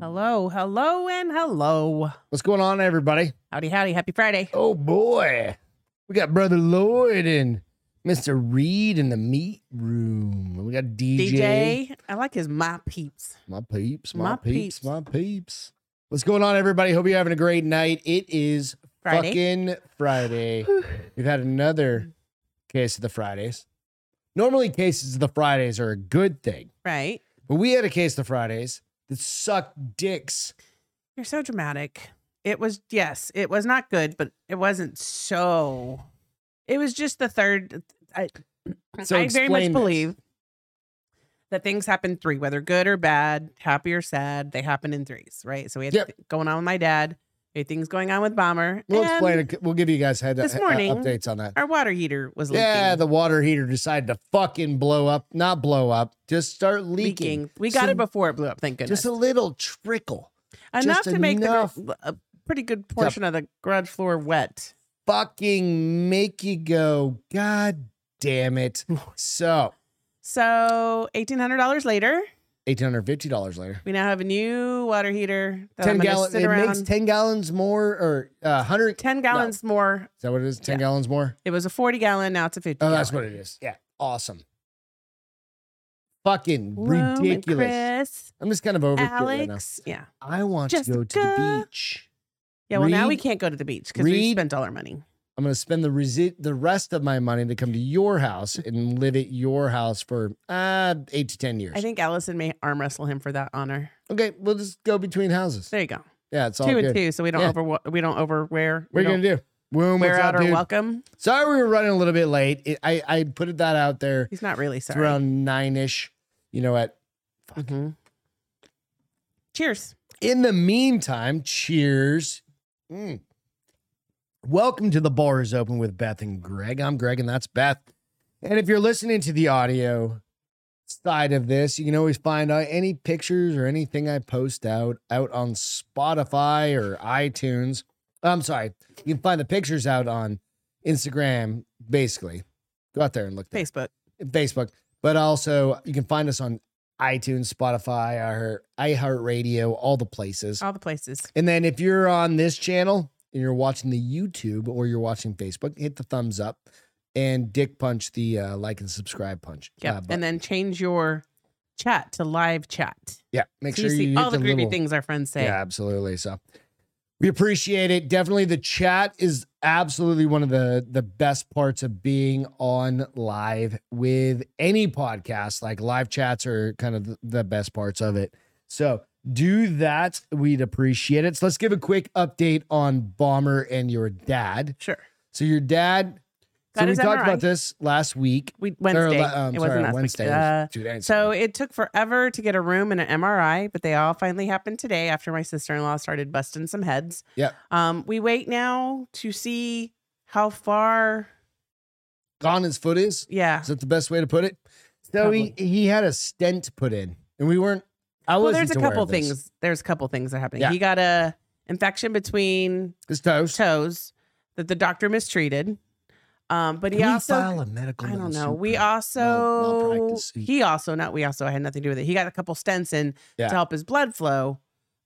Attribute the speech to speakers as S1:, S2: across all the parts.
S1: Hello, hello, and hello.
S2: What's going on, everybody?
S1: Howdy, howdy. Happy Friday.
S2: Oh boy, we got Brother Lloyd and Mister Reed in the meat room. We got DJ,
S1: DJ. I like his my peeps.
S2: my peeps, my,
S1: My
S2: peeps,
S1: peeps.
S2: my peeps. What's going on, everybody? Hope you're having a great night. It is
S1: Friday.
S2: fucking Friday. We've had another case of the Fridays. Normally, cases of the Fridays are a good thing,
S1: Right.
S2: but we had a case of the Fridays that sucked dicks.
S1: You're so dramatic. It was, yes, it was not good, but it wasn't so. It was just the third. I,
S2: So
S1: I very much
S2: explain this.
S1: believe that things happen three, whether good or bad, happy or sad, they happen in threes, right? So we had
S2: Yep.
S1: th- going on with my dad, we had things going on with Bomber.
S2: We'll
S1: and
S2: explain it. We'll give you guys head
S1: Um, this
S2: uh,
S1: morning-
S2: updates on that.
S1: Our water heater was leaking.
S2: Yeah, the water heater decided to fucking blow up. Not blow up, just start leaking.
S1: leaking. We got
S2: So
S1: it before it blew up, thank goodness.
S2: Just a little trickle.
S1: enough
S2: just
S1: to make
S2: enough.
S1: the gr- a pretty good portion of the garage floor wet.
S2: Fucking make you go, God damn it. So,
S1: So eighteen hundred dollars later,
S2: $850 later.
S1: we now have a new water heater. That
S2: 10
S1: I'm gonna
S2: gallons.
S1: sit
S2: It
S1: around.
S2: makes 10 gallons more or uh, 100. Is
S1: ten gallons more.
S2: that what it is? 10
S1: Yeah.
S2: gallons more?
S1: It was a forty gallon. Now it's a fifty.
S2: Oh, that's what it is. Yeah. Awesome. Fucking
S1: Rome and
S2: ridiculous.
S1: Chris,
S2: I'm just kind of over it right now.
S1: Alex, yeah,
S2: I want to go to the
S1: Jessica.
S2: beach.
S1: yeah. Well, now we
S2: Reed-
S1: can't go to the beach because we
S2: Reed-
S1: spent all our money.
S2: I'm going to spend the resi- the rest of my money to come to your house and live at your house for uh, eight to ten years.
S1: I think Allison may arm wrestle him for that honor.
S2: okay, we'll just go between houses.
S1: There you go,
S2: Yeah, it's all
S1: two
S2: good.
S1: and two, so we don't
S2: Yeah.
S1: over we don't overwear.
S2: What are
S1: We don't
S2: you going to do? Boom,
S1: wear
S2: what's
S1: out
S2: up,
S1: our
S2: dude?
S1: welcome.
S2: Sorry, we were running a little bit late. It, I I put that out there.
S1: He's not really
S2: It's Mm-hmm.
S1: sorry.
S2: around nine ish. You know what?
S1: Mhm. Cheers.
S2: In the meantime, cheers. Mm. Welcome to the bar is open with Beth and Greg. I'm Greg, and that's Beth. And if you're listening to the audio side of this, you can always find out any pictures or anything I post out out on Spotify or iTunes. I'm sorry, you can find the pictures out on Instagram. Basically, go out there and look. There.
S1: Facebook.
S2: Facebook, but also you can find us on iTunes, Spotify, our iHeartRadio, all the places.
S1: All the places.
S2: And then if you're on this channel and you're watching the YouTube or you're watching Facebook, hit the thumbs up and dick punch the uh, like and subscribe punch.
S1: Yeah.
S2: uh, button.
S1: and then change your chat to live chat.
S2: yeah, make
S1: so
S2: sure
S1: you see
S2: you hit
S1: all the,
S2: the
S1: creepy
S2: little,
S1: things our friends say.
S2: Yeah, absolutely. So we appreciate it. Definitely the chat is absolutely one of the the best parts of being on live with any podcast. Like live chats are kind of the- the best parts of it. So do that. We'd appreciate it. So let's give a quick update on Bomber and your dad.
S1: Sure.
S2: So your dad
S1: Got
S2: so we
S1: his
S2: talked
S1: MRI.
S2: about this last week.
S1: We
S2: Or,
S1: Wednesday.
S2: um,
S1: it
S2: sorry,
S1: wasn't last
S2: Wednesday.
S1: Week.
S2: It was
S1: Uh,
S2: two days
S1: so
S2: ago.
S1: it took forever to get a room and an MRI, but they all finally happened today after my sister in law started busting some heads.
S2: Yep.
S1: Um, we wait now to see how far.
S2: gone his foot is.
S1: Yeah.
S2: Is that the best way to put it? So
S1: Probably.
S2: he he had a stent put in, and we weren't. I
S1: well,
S2: wasn't
S1: there's a
S2: aware
S1: couple
S2: of this.
S1: things. There's a couple things that happened.
S2: Yeah.
S1: He got a infection between
S2: His toes.
S1: toes that the doctor mistreated. Um, but he
S2: Can we
S1: also
S2: file a medical.
S1: I don't
S2: lawsuit
S1: know. We
S2: for-
S1: also
S2: malpractice suit.
S1: he also not we also had nothing to do with it. He got a couple stents in
S2: Yeah.
S1: to help his blood flow,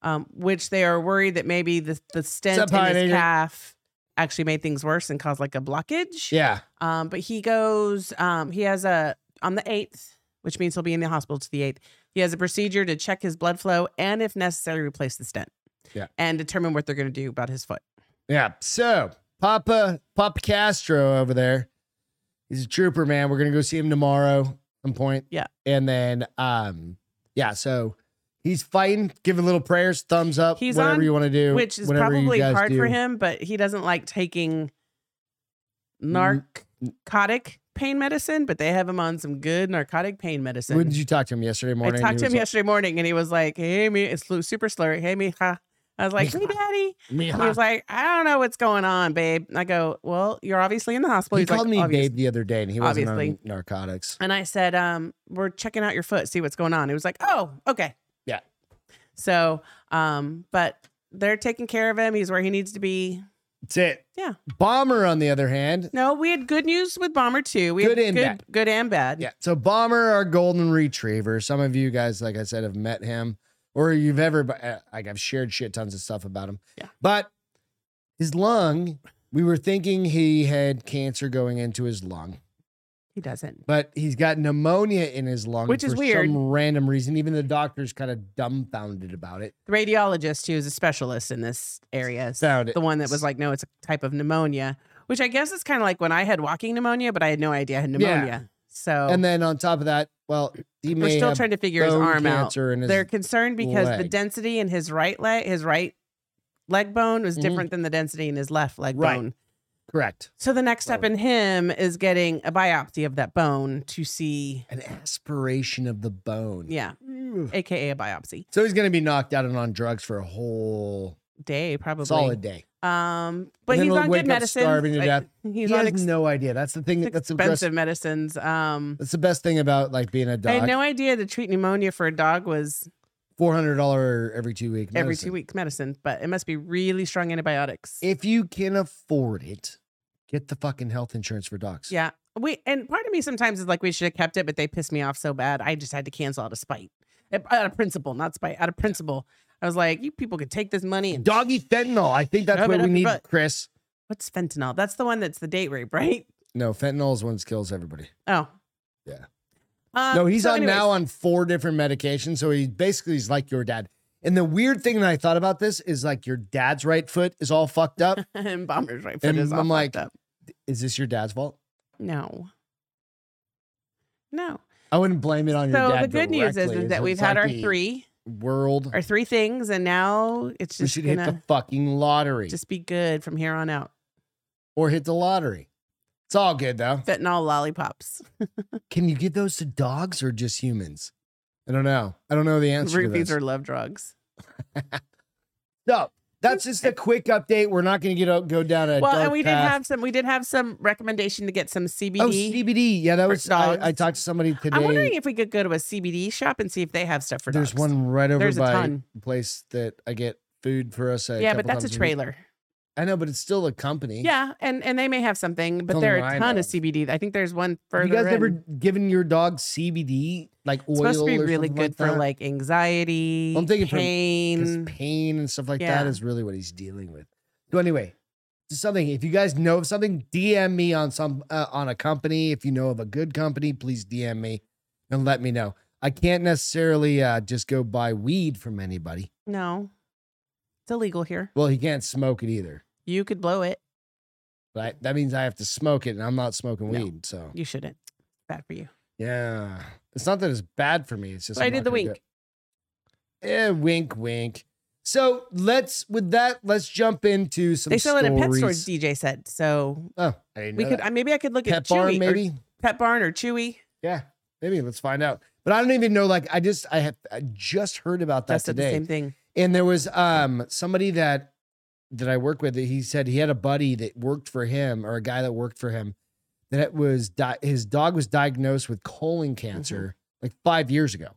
S1: um, which they are worried that maybe the the stent in
S2: Supine
S1: his
S2: agent.
S1: calf actually made things worse and caused like a blockage.
S2: Yeah,
S1: Um, but he goes. Um, he has a on the eighth, which means he'll be in the hospital to the eighth. He has a procedure to check his blood flow and, if necessary, replace the stent.
S2: Yeah.
S1: And determine what they're going to do about his foot.
S2: yeah. So Papa Papa Castro over there, he's a trooper, man. We're gonna go see him tomorrow, at some point.
S1: Yeah.
S2: and then um, yeah. So he's fighting. Give a little prayers, thumbs up,
S1: He's
S2: whatever
S1: on-
S2: you want to do,
S1: which is
S2: whatever you
S1: probably
S2: guys
S1: hard for
S2: do.
S1: him, but he doesn't like taking
S2: Mm-hmm.
S1: narcotic pain medicine. But they have him on some good narcotic pain medicine.
S2: When did you talk to him yesterday
S1: I
S2: morning?
S1: talked
S2: He
S1: to him
S2: was
S1: yesterday morning, and he was like, "Hey, me," it's lu- super slurry. Hey, me, ha. I was like, "Hey,
S2: Mija.
S1: daddy."
S2: like,
S1: He was like, "I don't know what's going on, babe." And I go, "Well, you're obviously in the hospital."
S2: he
S1: He's like,
S2: called me
S1: "Obvious."
S2: babe the other day, and he wasn't on
S1: Obviously.
S2: narcotics.
S1: And I said, um, we're checking out your foot, see what's going on. He was like, oh, okay.
S2: Yeah.
S1: So, um, but they're taking care of him. He's where he needs to be.
S2: That's it.
S1: Yeah.
S2: Bomber, on the other hand,
S1: No, we had good news with Bomber too. We
S2: Good
S1: had
S2: and
S1: good,
S2: bad.
S1: good and bad.
S2: yeah. So Bomber, our golden retriever. Some of you guys, like I said, have met him. or you've ever uh, like I've shared shit tons of stuff about him.
S1: Yeah.
S2: But his lung, we were thinking he had cancer going into his lung,
S1: He doesn't.
S2: but he's got pneumonia in his lung,
S1: Which is
S2: for
S1: weird.
S2: Some random reason, even the doctor's kind of dumbfounded about it.
S1: The radiologist, who is a specialist in this area, is
S2: Sound
S1: the one that was like, no, it's a type of pneumonia, which I guess is kind of like when I had walking pneumonia, but I had no idea I had
S2: Yeah.
S1: pneumonia. So
S2: and then on top of that, well, he
S1: we're
S2: may
S1: Oh. still
S2: have
S1: trying to figure his
S2: bone
S1: arm out.
S2: cancer in his
S1: They're concerned because the
S2: leg.
S1: density in his right leg, his right leg bone, was
S2: Mhm.
S1: different than the density in his left leg
S2: Right.
S1: bone.
S2: correct.
S1: So the next step in him is getting a biopsy of that bone to see,
S2: An aspiration of the bone.
S1: yeah,
S2: Ooh.
S1: aka a biopsy
S2: So he's going to be knocked out and on drugs for a whole
S1: day probably.
S2: solid day.
S1: Um,
S2: And
S1: but
S2: then
S1: he's
S2: he'll
S1: on
S2: wake
S1: good
S2: up
S1: medicine.
S2: starving to death.
S1: He's
S2: he
S1: on
S2: has
S1: ex-
S2: no idea. That's the thing. that- That's impressive.
S1: expensive medicines. Um,
S2: That's the best thing about like being a
S1: I
S2: doc.
S1: had no idea to treat pneumonia for a dog was
S2: Four hundred dollar every two week.
S1: every
S2: medicine.
S1: two weeks medicine, but it must be really strong antibiotics.
S2: If you can afford it, get the fucking health insurance for dogs.
S1: yeah. We and part of me sometimes is like we should have kept it, but they pissed me off so bad. I just had to cancel out of spite, out of principle, not spite, out of principle. I was like, you people could take this money and
S2: Doggy fentanyl. I think that's
S1: Rub it
S2: what
S1: up
S2: we
S1: your
S2: need,
S1: butt.
S2: Chris.
S1: what's fentanyl? That's the one that's the date rape, right?
S2: No, fentanyl is one that kills everybody.
S1: Oh,
S2: Yeah.
S1: Um,
S2: no, he's
S1: so
S2: on
S1: anyways,
S2: now on four different medications. So he basically is like your dad. And the weird thing that I thought about this is like your dad's right foot is all fucked up.
S1: and bombers right. foot
S2: And
S1: is all
S2: I'm like-
S1: fucked up.
S2: is this your dad's fault?
S1: No. No.
S2: I wouldn't blame it on your
S1: So
S2: dad.
S1: the good news is,
S2: directly.
S1: is
S2: It's-
S1: that we've
S2: it's
S1: had
S2: like
S1: our
S2: the
S1: three,
S2: world.
S1: our three things, and now it's
S2: We
S1: just
S2: should
S1: gonna
S2: hit the fucking lottery.
S1: just be good from here on out.
S2: or hit the lottery. It's all good though.
S1: Fentanyl lollipops,
S2: Can you give those to dogs or just humans? I don't know. I don't know the answer to
S1: rupees
S2: this.
S1: or love drugs.
S2: no, that's just a quick update. We're not going to get out, go down a
S1: well,
S2: dark
S1: and we did
S2: path.
S1: have some. We did have some recommendation to get some CBD.
S2: oh CBD. Yeah, that
S1: for
S2: was. I, I
S1: dogs.
S2: talked to somebody today.
S1: I'm wondering if we could go to a CBD shop and see if they have stuff for
S2: There's
S1: dogs.
S2: one right over
S1: There's a
S2: by
S1: ton.
S2: the place that I get food for us. A
S1: yeah, but
S2: couple
S1: that's a
S2: times week.
S1: trailer.
S2: I know, but it's still a company.
S1: Yeah, and and they may have something, but
S2: Tell
S1: there
S2: them
S1: are
S2: I
S1: a ton
S2: know.
S1: of CBD. I think there's one further.
S2: Have you guys
S1: in.
S2: ever given your dog CBD like oil?
S1: It's supposed to be
S2: or
S1: really
S2: something
S1: good for
S2: that?
S1: like anxiety,
S2: I'm thinking for- 'cause because
S1: pain.
S2: pain and stuff like
S1: Yeah.
S2: that is really what he's dealing with. So anyway, just something. If you guys know of something, DM me on some uh, on a company. If you know of a good company, please DM me and let me know. I can't necessarily uh, just go buy weed from anybody.
S1: No, it's illegal here.
S2: Well, he can't smoke it either.
S1: You could blow it.
S2: But I- that means I have to smoke it, and I'm not smoking
S1: No.
S2: weed. So
S1: You shouldn't. Bad for you.
S2: yeah, it's not that it's bad for me. It's just
S1: But I
S2: I'm
S1: did
S2: not
S1: the
S2: gonna do
S1: wink.
S2: it. Eh, wink, wink. So let's with that. Let's jump into some.
S1: They sell it in pet stores.
S2: stories.
S1: DJ said so.
S2: Oh, I didn't
S1: We
S2: know
S1: could.
S2: that.
S1: I maybe I could look at
S2: Pet
S1: Chewy
S2: barn,
S1: or
S2: maybe.
S1: Pet Barn or Chewy.
S2: Yeah, maybe. Let's find out. But I don't even know. Like, I just I have I just heard about that
S1: That's the
S2: today,
S1: same thing.
S2: and there was um somebody that that I work with. That he said he had a buddy that worked for him, or a guy that worked for him, that it was di- his dog was diagnosed with colon
S1: Mm-hmm.
S2: cancer like five years ago,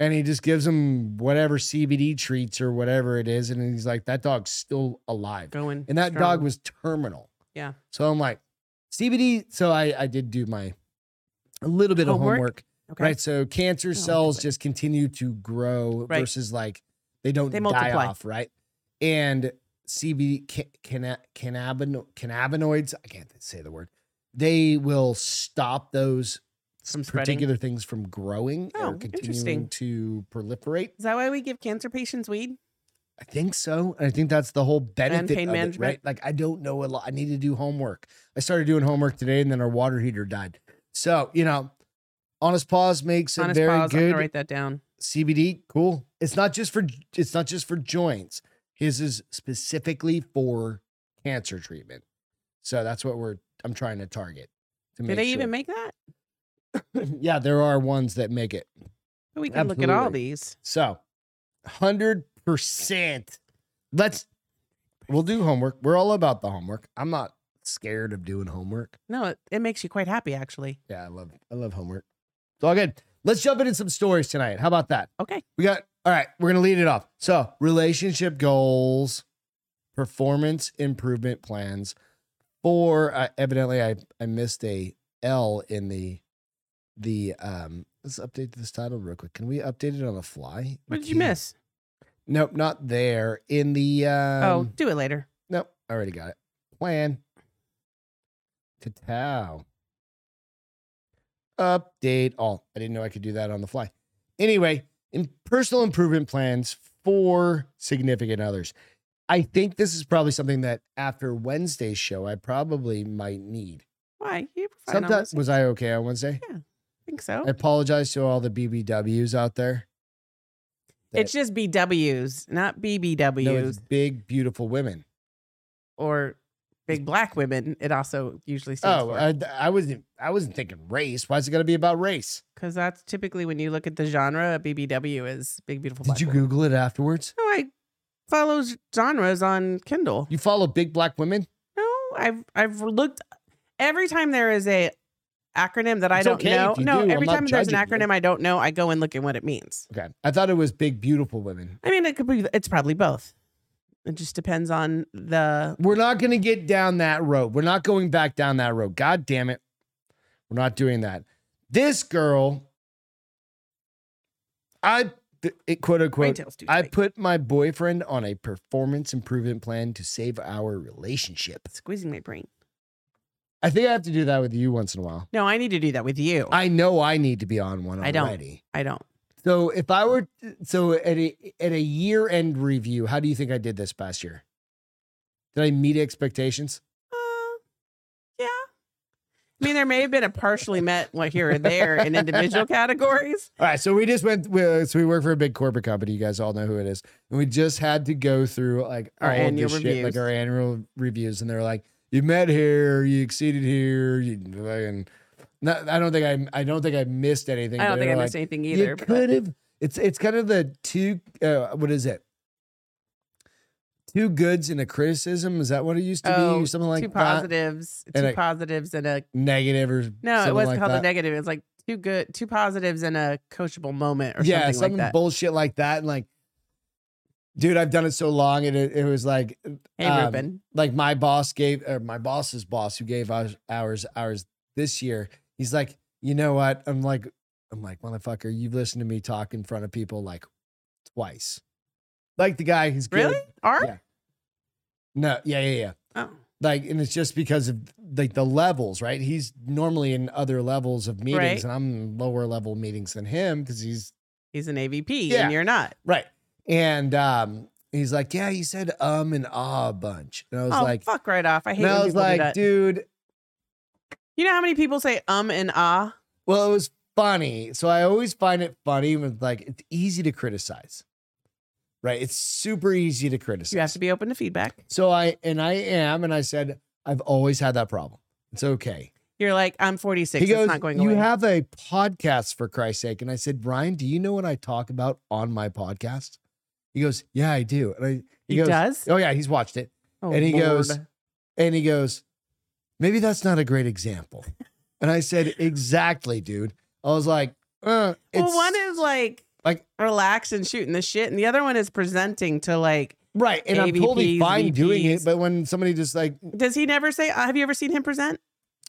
S2: and he just gives him whatever CBD treats or whatever it is, and he's like, that dog's still alive.
S1: Going
S2: And that
S1: strong.
S2: dog was terminal.
S1: Yeah.
S2: So I'm like, CBD. So I, I did do my a little bit of
S1: Homework?
S2: homework,
S1: okay.
S2: right? So cancer
S1: don't like
S2: cells
S1: that.
S2: just continue to grow
S1: Right.
S2: versus like they don't
S1: They
S2: die
S1: multiply.
S2: off, right? And CBD ca- canna- cannabino- cannabinoids, I can't say the word. They will stop those
S1: From spreading.
S2: particular things from growing
S1: Oh,
S2: or continuing
S1: interesting.
S2: to proliferate.
S1: Is that why we give cancer patients weed?
S2: I think so. And I think that's the whole benefit
S1: pain
S2: of it,
S1: management.
S2: right? Like I don't know a lot. I need to do homework. I started doing homework today and then our water heater died. So, you know, honest pause makes
S1: Honest
S2: it very
S1: pause. I'm
S2: good.
S1: gonna write that down.
S2: CBD, cool. It's not just for it's not just for joints. His is specifically for cancer treatment. So that's what we're I'm trying to target. To
S1: Do
S2: make
S1: they
S2: sure.
S1: even make that?
S2: yeah, there are ones that make it.
S1: We can look at all
S2: Absolutely.
S1: these.
S2: So, hundred percent. Let's. We'll do homework. We're all about the homework. I'm not scared of doing homework.
S1: No, it, it makes you quite happy actually.
S2: Yeah, I love. I love homework. It's all good. Let's jump into some stories tonight. How about that?
S1: Okay.
S2: We got. All right. We're gonna lead it off. So, relationship goals, performance improvement plans. For uh, evidently, I I missed a L in the the um let's update this title real quick. Can we update it on the fly?
S1: What
S2: We
S1: did you
S2: can't.
S1: miss?
S2: Nope, not there. In the um,
S1: oh, do it later.
S2: nope, I already got it. Plan to tow. Update all. I didn't know I could do that on the fly. Anyway, in personal improvement plans for significant others. I think this is probably something that after Wednesday's show, I probably might need.
S1: Why? You were fine on
S2: Sometimes
S1: Wednesday.
S2: was I okay on Wednesday?
S1: I think so.
S2: I apologize to all the BBWs out there.
S1: It's just BWs, not BBWs
S2: No, it's big, beautiful women.
S1: or big black women. It also usually stands
S2: Oh,
S1: for.
S2: I, I wasn't. I wasn't thinking race. Why is it going to be about race?
S1: Because that's typically when you look at the genre, a BBW is big, beautiful. black woman.
S2: Google it afterwards?
S1: No, I follow z- genres on Kindle.
S2: You follow big black women?
S1: No, I've I've looked every time there is a acronym that I
S2: It's
S1: don't
S2: okay
S1: know.
S2: if you
S1: no,
S2: do. I'm
S1: every
S2: not
S1: time there's an
S2: judging you.
S1: acronym I don't know, I go and look at what it means.
S2: Okay, I thought it was big, beautiful women.
S1: I mean, it could be. It's probably both. It just depends on the.
S2: We're not going to get down that road. We're not going back down that road. God damn it, we're not doing that. This girl, I it, quote unquote.
S1: Ringtails do
S2: I
S1: fake.
S2: put my boyfriend on a performance improvement plan to save our relationship.
S1: squeezing my brain.
S2: I think I have to do that with you once in a while.
S1: No, I need to do that with you. I,
S2: I know I need to be on one
S1: Oh. I don't.
S2: already.
S1: don't.
S2: So if I were so at a at a year end review, how do you think I did this past year? Did I meet expectations?
S1: Uh, yeah. I mean, there may have been a partially met well, here and there in individual categories.
S2: All right, so we just went. we- So we work for a big corporate company. You guys all know who it is, and we just had to go through like
S1: Our
S2: all of
S1: annual
S2: this shit,
S1: reviews.
S2: like our annual reviews, and they're like, "You met here, you exceeded here, you and not, I don't think I I don't think I missed anything.
S1: I don't
S2: but
S1: think I
S2: they're
S1: missed
S2: like,
S1: anything either.
S2: You
S1: but-
S2: could have. It's it's kind of the two. Uh, what is it? Two goods and a criticism. Is that what it used to be?
S1: Oh,
S2: Or something like
S1: two
S2: that?
S1: positives,
S2: and
S1: two
S2: a-
S1: positives, and a
S2: Negative or
S1: no.
S2: something
S1: it wasn't
S2: like
S1: called
S2: that.
S1: a negative. It was like two good, two positives, and a coachable moment, or
S2: yeah,
S1: something,
S2: something
S1: like that.
S2: bullshit like that. And like, dude, I've done it so long, and it, it was like
S1: hey,
S2: um,
S1: Ruben,
S2: like my boss gave or my boss's boss who gave ours ours ours this year. He's like, you know what? I'm like, I'm like, motherfucker, you've listened to me talk in front of people like twice. Like the guy who's good-
S1: really? Are
S2: yeah. No, yeah, yeah, yeah.
S1: oh,
S2: Like, and it's just because of like the levels, right? He's normally in other levels of meetings,
S1: Right.
S2: and I'm in lower level meetings than him because he's
S1: he's an AVP,
S2: Yeah.
S1: and you're not.
S2: right. And um, he's like, yeah, you said um and ah a bunch, and I was
S1: Oh,
S2: like,
S1: fuck right off. I hate
S2: and
S1: when
S2: I
S1: people
S2: was
S1: do
S2: like,
S1: that.
S2: dude.
S1: You know how many people say um and ah?
S2: Well, it was funny. So I always find it funny when like it's easy to criticize, right? It's super easy to criticize.
S1: You have to be open to feedback.
S2: So I and I am, and I said I've always had that problem. It's okay.
S1: You're like, I'm 46.
S2: he goes,
S1: it's not going
S2: You
S1: away.
S2: have a podcast for Christ's sake. And I said, Brian, do you know what I talk about on my podcast? He goes, Yeah, I do. And I he,
S1: he
S2: goes,
S1: does.
S2: Oh yeah, he's watched it.
S1: Oh,
S2: and he
S1: Lord.
S2: goes- And he goes, Maybe that's not a great example. And I said, Exactly, dude. I was like, uh, it's
S1: Well, one is like
S2: like-
S1: relax and shooting the shit, and the other one is presenting to like
S2: right. And I'm
S1: AVPs,
S2: totally fine doing it.
S1: VPs.
S2: But when somebody just like,
S1: Does he never say? Uh, have you ever seen him present?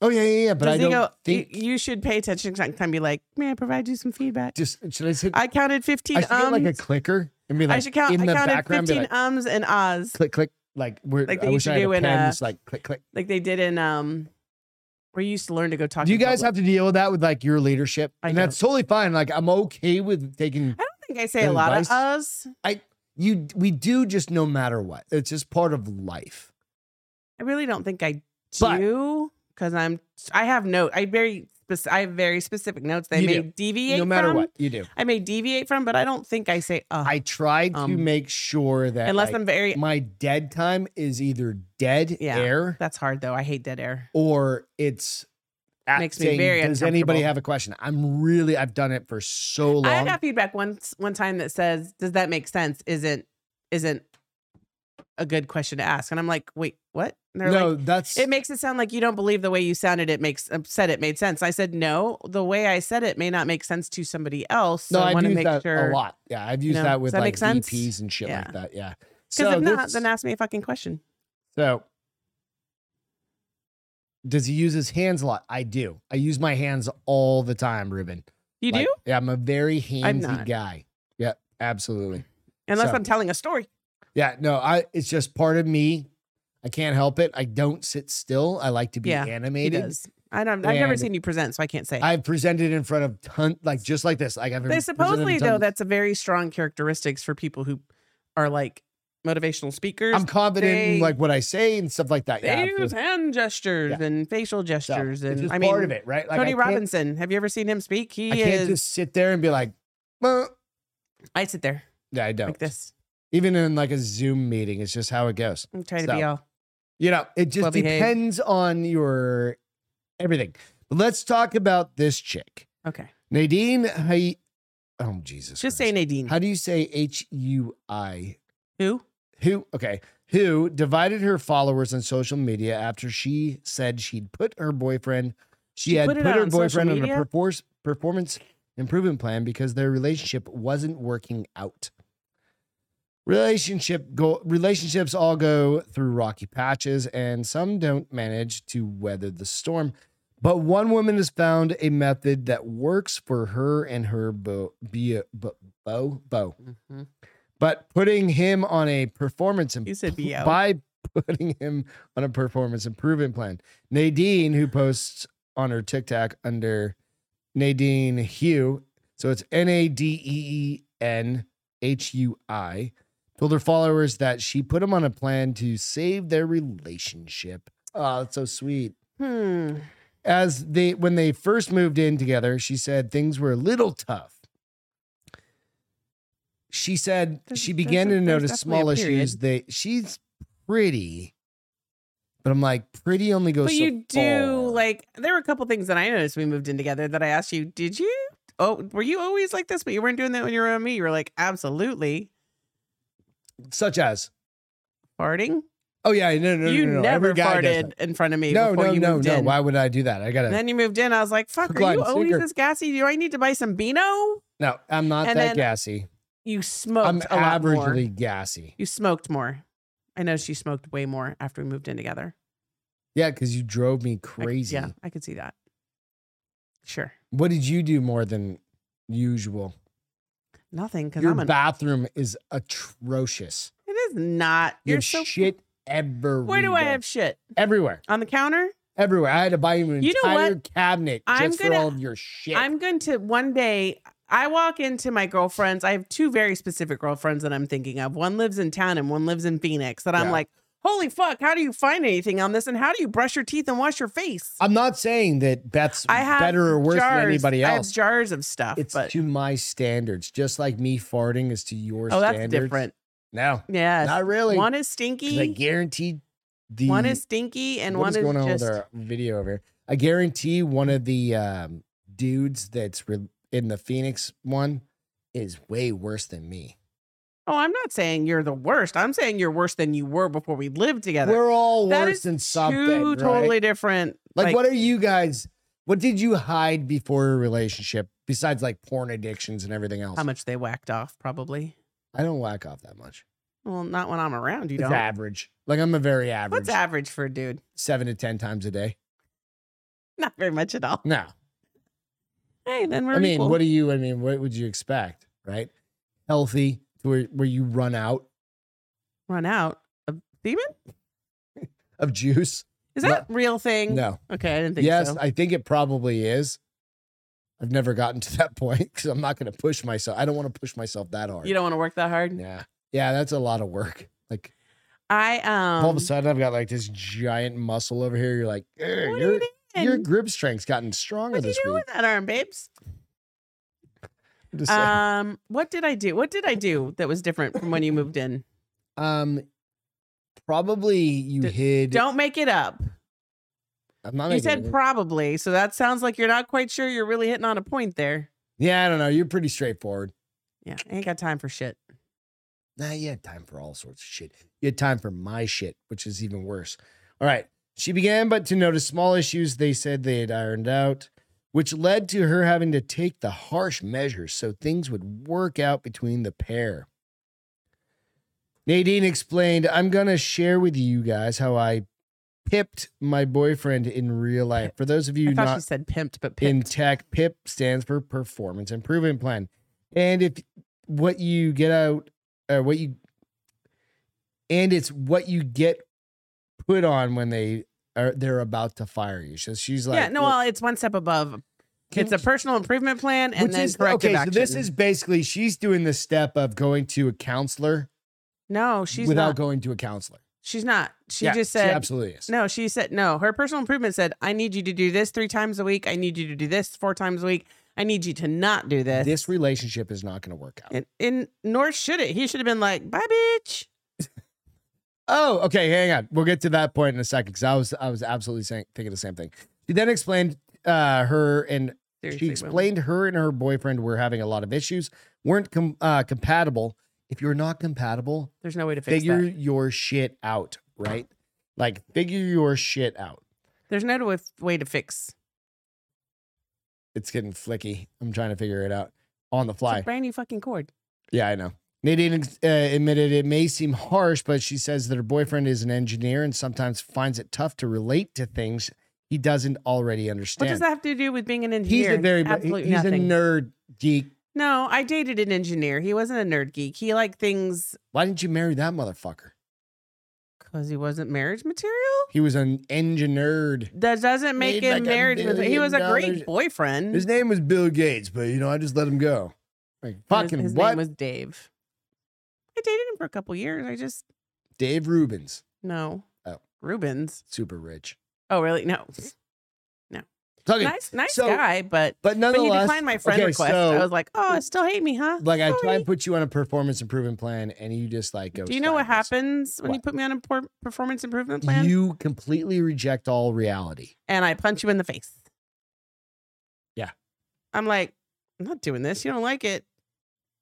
S2: Oh yeah, yeah, yeah. But
S1: Does
S2: I
S1: he
S2: don't
S1: go? "You-
S2: think
S1: You, should pay attention next time. Be like, may I provide you some feedback?
S2: just should I say
S1: I counted fifteen
S2: I should get
S1: ums.
S2: like a clicker and be like
S1: I should count.
S2: in
S1: I
S2: the
S1: counted
S2: background, be
S1: fifteen
S2: like,
S1: ums and ahs,
S2: click, click. Like we're
S1: Like they
S2: I
S1: used
S2: wish
S1: to
S2: I had
S1: do
S2: a
S1: in,
S2: pen
S1: uh,
S2: just like click, click.
S1: like they did in um, where you used to learn to go talk.
S2: Do
S1: in
S2: you guys
S1: public.
S2: have to deal with that with like your leadership?
S1: I
S2: and that's totally fine. Like I'm okay with taking
S1: I don't think I say
S2: have
S1: a lot
S2: advice?
S1: of us.
S2: you. We do just no matter what. It's just part of life.
S1: I really don't think I
S2: But-
S1: do because I'm. I have note. I very. spec- I have very specific notes. That I
S2: You
S1: may
S2: do.
S1: deviate.
S2: No matter
S1: from.
S2: what you do,
S1: I may deviate from, but I don't think I say uh,
S2: I try to
S1: Um,
S2: make sure that
S1: unless
S2: like,
S1: I'm very.
S2: my dead time is either dead
S1: Yeah.
S2: air
S1: That's hard though. I hate dead air.
S2: or it's at
S1: Makes me
S2: saying,
S1: very
S2: Does anybody
S1: uncomfortable."
S2: have a question? I'm really I've done it for so long.
S1: I got feedback once one time that says, "Does that make sense?" Isn't isn't a good question to ask? And I'm like, "Wait, what?" And they're
S2: no,
S1: like,
S2: that's
S1: "It makes it sound like you don't believe the way you sounded. It makes um, said it made sense." I said, "No, the way I said it may not make sense to somebody else. So
S2: no.
S1: I
S2: I've
S1: want to
S2: used
S1: make
S2: that
S1: sure
S2: a lot. Yeah, I've used
S1: know,
S2: that with
S1: does that
S2: like
S1: make sense?
S2: VPs and shit
S1: Yeah.
S2: like that. Yeah.
S1: because
S2: So
S1: if not,
S2: this-
S1: then ask me a fucking question.
S2: So does he use his hands a lot? I do. I use my hands all the time, Ruben.
S1: You
S2: Like,
S1: do?
S2: Yeah, I'm a very handsy
S1: not.
S2: guy. Yeah, absolutely.
S1: Unless
S2: so-
S1: I'm telling a story.
S2: Yeah, no, I it's just part of me. I can't help it. I don't sit still. I like to be
S1: Yeah, He
S2: animated.
S1: does. I don't. I've never
S2: And-
S1: seen you present, so I can't say.
S2: I've presented in front of ton like just like this. Like I've
S1: they
S2: presented in
S1: supposedly
S2: front
S1: though
S2: of-
S1: that's a very strong characteristics for people who are like motivational speakers.
S2: I'm confident in
S1: they-
S2: like what I say and stuff like that.
S1: they
S2: Yeah,
S1: use
S2: absolutely.
S1: hand gestures
S2: Yeah.
S1: and facial
S2: So,
S1: gestures,
S2: it's
S1: and
S2: just
S1: I mean,
S2: part of it, right? Like I
S1: Tony
S2: can't-
S1: Robinson. Have you ever seen him speak? He
S2: I can't
S1: is.
S2: just sit there and be like, "Well,"
S1: I sit there
S2: yeah, I don't.
S1: like this.
S2: Even in like a Zoom meeting, it's just how it goes.
S1: I'm trying
S2: So,
S1: to be all.
S2: You know, it just
S1: Well behaved.
S2: depends on your everything. But let's talk about this chick,
S1: Okay,
S2: Nadine. Hay- oh Jesus!
S1: just say
S2: Christ.
S1: Nadine.
S2: How do you say H U I
S1: Who?
S2: who okay who divided her followers on social media after she said she'd put her boyfriend she,
S1: She
S2: had put,
S1: put it out
S2: her
S1: on social
S2: boyfriend on a
S1: media?
S2: perforce, performance improvement plan because their relationship wasn't working out relationship go, relationships all go through rocky patches and some don't manage to weather the storm but one woman has found a method that works for her and her beau, beau, beau, beau
S1: Mhm.
S2: but putting him on a performance
S1: You said
S2: imp-
S1: B.O.
S2: by putting him on a performance improvement plan. Nadine, who posts on her TikTok under Nadine Hugh, so it's N A D E E N H U I, told her followers that she put him on a plan to save their relationship. Oh, that's so sweet
S1: Hmm.
S2: as they when they first moved in together, she said things were a little tough. She said
S1: There's-
S2: she
S1: there's
S2: began
S1: a-
S2: to
S1: there's
S2: notice
S1: definitely a
S2: small
S1: period.
S2: issues. They she's pretty, but I'm like pretty only goes.
S1: But
S2: so
S1: you do
S2: far.
S1: like there were a couple things that I noticed we moved in together that I asked you, did you? Oh, were you always like this? But you weren't doing that when you were on me. You were like, absolutely
S2: such as
S1: farting.
S2: oh yeah no no no,
S1: you
S2: no, no.
S1: never
S2: Every guy does
S1: farted in front of
S2: that.
S1: me.
S2: No
S1: before
S2: no
S1: you
S2: no
S1: moved
S2: no.
S1: In.
S2: Why would I do that? I gotta
S1: And then you moved in. I was like, fuck,
S2: Hook,
S1: are
S2: line,
S1: you always
S2: sinker.
S1: this gassy? Do I need to buy some Beano?
S2: no. I'm not that
S1: And then
S2: gassy.
S1: You smoked
S2: I'm
S1: a lot more.
S2: averagely gassy.
S1: You smoked more. I know she smoked way more after we moved in together.
S2: Yeah, because you drove me
S1: I c-
S2: crazy.
S1: yeah, I could see that. Sure.
S2: What did you do more than usual?
S1: Nothing because
S2: Your
S1: I'm an.
S2: bathroom is atrocious.
S1: It is not.
S2: You
S1: You're
S2: have
S1: so.
S2: shit everywhere.
S1: Where do I have shit
S2: everywhere?
S1: on the counter?
S2: Everywhere. I had to buy you an
S1: You know
S2: entire cabinet just
S1: I'm
S2: for
S1: gonna-
S2: all of your shit.
S1: I'm going to one day. I walk into my girlfriends. I have two very specific girlfriends that I'm thinking of. One lives in town and one lives in Phoenix. That I'm
S2: Yeah.
S1: like, holy fuck! How do you find anything on this? And how do you brush your teeth and wash your face?
S2: I'm not saying that Beth's
S1: I have
S2: better or worse
S1: jars.
S2: than anybody
S1: I have
S2: else.
S1: jars of stuff,
S2: It's
S1: but
S2: to my standards, just like me farting is to your
S1: oh, that's
S2: standards.
S1: different.
S2: No,
S1: Yes,
S2: not really.
S1: one is
S2: 'cause I
S1: stinky,
S2: guarantee the
S1: one is stinky, and
S2: what
S1: one is,
S2: going on
S1: just
S2: with our video over here? I guarantee one of the um, dudes that's re- in the Phoenix one is way worse than me.
S1: oh, I'm not saying you're the worst. I'm saying you're worse than you were before we lived together.
S2: We're all
S1: That
S2: worse
S1: is
S2: than something.
S1: Two
S2: right?
S1: totally different.
S2: like, what are you guys? What did you hide before your relationship besides like porn addictions and everything else?
S1: How much they whacked off? Probably.
S2: I don't whack off that much.
S1: Well, not when I'm around. You
S2: it's
S1: don't.
S2: average. Like I'm a very average
S1: What's average for a dude?
S2: seven to ten times a day.
S1: Not very much at all.
S2: No,
S1: Hey, then we're
S2: I mean,
S1: equal.
S2: what do you? I mean, what would you expect? Right? Healthy to where, where you run out
S1: run out of semen?
S2: of juice?
S1: Is that a real thing?
S2: No.
S1: Okay, I didn't think
S2: Yes,
S1: so.
S2: I think it probably is. I've never gotten to that point because I'm not going to push myself. I don't want to push myself that hard.
S1: you don't want to work that hard.
S2: Yeah. Yeah, that's a lot of work. Like
S1: I um.
S2: all of a sudden I've got like this giant muscle over here. You're like, "Ugh,
S1: what are
S2: your,
S1: you doing?
S2: your grip strength's gotten stronger
S1: what are you
S2: this
S1: doing
S2: week.
S1: with that arm, babes?
S2: I'm just saying.
S1: Um, what did I do? What did I do that was different from when you moved in?
S2: um probably you
S1: d-
S2: hid
S1: Don't make it up.
S2: I'm not
S1: You
S2: making
S1: said
S2: it-
S1: probably, so that sounds like you're not quite sure. You're really hitting on a point there.
S2: Yeah, I don't know. You're pretty straightforward.
S1: Yeah, I ain't got time for shit.
S2: Nah, you had time for all sorts of shit. You had time for my shit, which is even worse. All right. She began but to notice small issues they said they had ironed out, which led to her having to take the harsh measures so things would work out between the pair. Nadine explained, I'm going to share with you guys how I pipped my boyfriend in real life. For those of you
S1: I thought she
S2: not
S1: said pimped, but
S2: in
S1: pimped.
S2: tech, PIP stands for Performance Improvement Plan. And if what you get out, or what you, and it's what you get put on when they are they're about to fire you. So she's like,
S1: yeah, no,
S2: "Look,
S1: well, it's one step above.
S2: can
S1: It's a
S2: you-
S1: personal improvement plan and
S2: which
S1: then
S2: is-
S1: corrective
S2: okay,
S1: action.
S2: so this is basically she's doing the step of going to a counselor
S1: no, she's
S2: without
S1: not.
S2: going to a counselor.
S1: she's not. She
S2: Yeah,
S1: just said
S2: absolutely is.
S1: No, she said no. Her personal improvement said, "I need you to do this three times a week. I need you to do this four times a week. I need you to not do this."
S2: This relationship is not going to work out.
S1: and, and nor should it. He should have been like, "Bye, bitch."
S2: Oh, okay. Hang on. We'll get to that point in a second because I was I was absolutely saying, thinking the same thing. She then explained uh, her and
S1: Seriously,
S2: she
S1: women.
S2: explained her and her boyfriend were having a lot of issues, weren't com- uh, compatible. If you're not compatible,
S1: There's no way to fix
S2: figure
S1: that.
S2: your shit out, right? Like figure your shit out.
S1: There's no way- way to fix.
S2: It's getting flicky. I'm trying to figure it out on the
S1: It's
S2: fly.
S1: a brand new fucking cord.
S2: Yeah, I know. Nadine uh, admitted it may seem harsh, but she says that her boyfriend is an engineer and sometimes finds it tough to relate to things he doesn't already
S1: What
S2: understand.
S1: does that have to do with being an
S2: he's
S1: engineer?
S2: a very
S1: absolutely
S2: he's
S1: nothing.
S2: a nerd geek.
S1: no, I dated an engineer. He wasn't a nerd geek. He liked things
S2: Why didn't you marry that motherfucker?
S1: because he wasn't marriage material.
S2: He was an engineer.
S1: That doesn't make
S2: Made
S1: him
S2: like a
S1: marriage. With, he
S2: billion
S1: was a
S2: dollars.
S1: great boyfriend.
S2: His name was Bill Gates, but you know I just let him go. Like
S1: And
S2: fucking
S1: his, his
S2: what?
S1: name was Dave. I dated him for a couple years. I just
S2: Dave Rubens,
S1: no.
S2: Oh.
S1: Rubens.
S2: super rich.
S1: Oh, really? No.
S2: Talking,
S1: Nice, nice
S2: so-
S1: guy, but when
S2: but
S1: you
S2: nonetheless,
S1: declined my friend
S2: okay,
S1: request,
S2: so-
S1: I was like, oh, still hate me, huh?
S2: like I tried
S1: Sorry.
S2: to put you on a performance improvement plan, and you just like go.
S1: Do you know what
S2: sideways.
S1: happens when you
S2: What?
S1: put me on a por- performance improvement plan?
S2: You completely reject all reality.
S1: and I punch you in the face.
S2: Yeah.
S1: I'm like, I'm not doing this. You don't like it.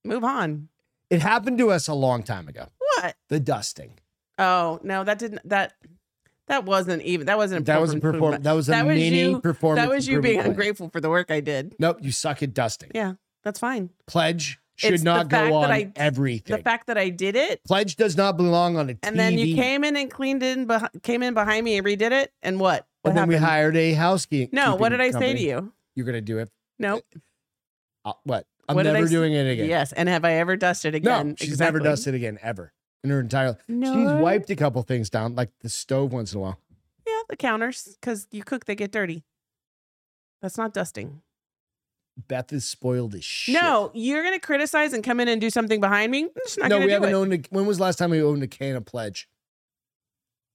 S1: Move on.
S2: It happened to us a long time ago.
S1: What?
S2: The dusting.
S1: Oh no, that didn't. That that wasn't even. That wasn't. A
S2: That was a
S1: performance
S2: perform. That was a
S1: That was
S2: mini
S1: you-
S2: performance.
S1: That was you being
S2: improvement plan.
S1: ungrateful for the work I did.
S2: Nope, you suck at dusting.
S1: Yeah. That's fine.
S2: Pledge should
S1: It's the
S2: not
S1: fact
S2: go
S1: that
S2: on
S1: I-
S2: everything.
S1: The fact that I did it,
S2: Pledge does not belong on a TV.
S1: and then you came in and cleaned in, beh- came in behind me and redid it, and what? What
S2: and then we
S1: happened?
S2: hired a housekeeping.
S1: No, what did I say to you?
S2: You're gonna do it.
S1: No.
S2: Uh, what? I'm
S1: What did I
S2: never
S1: s-
S2: doing it again.
S1: Yes, and have I ever dusted
S2: no,
S1: again?
S2: she's never
S1: Exactly.
S2: dusted again ever in her entire.
S1: No.
S2: She's wiped a couple things down, like the stove once in a while.
S1: Yeah, the counters, because you cook, they get dirty. That's not dusting.
S2: Beth is spoiled as shit.
S1: No, you're gonna criticize and come in and do something behind me. I'm just not
S2: no,
S1: gonna
S2: we
S1: do
S2: haven't
S1: it.
S2: owned. A, when was the last time we owned a can of pledge?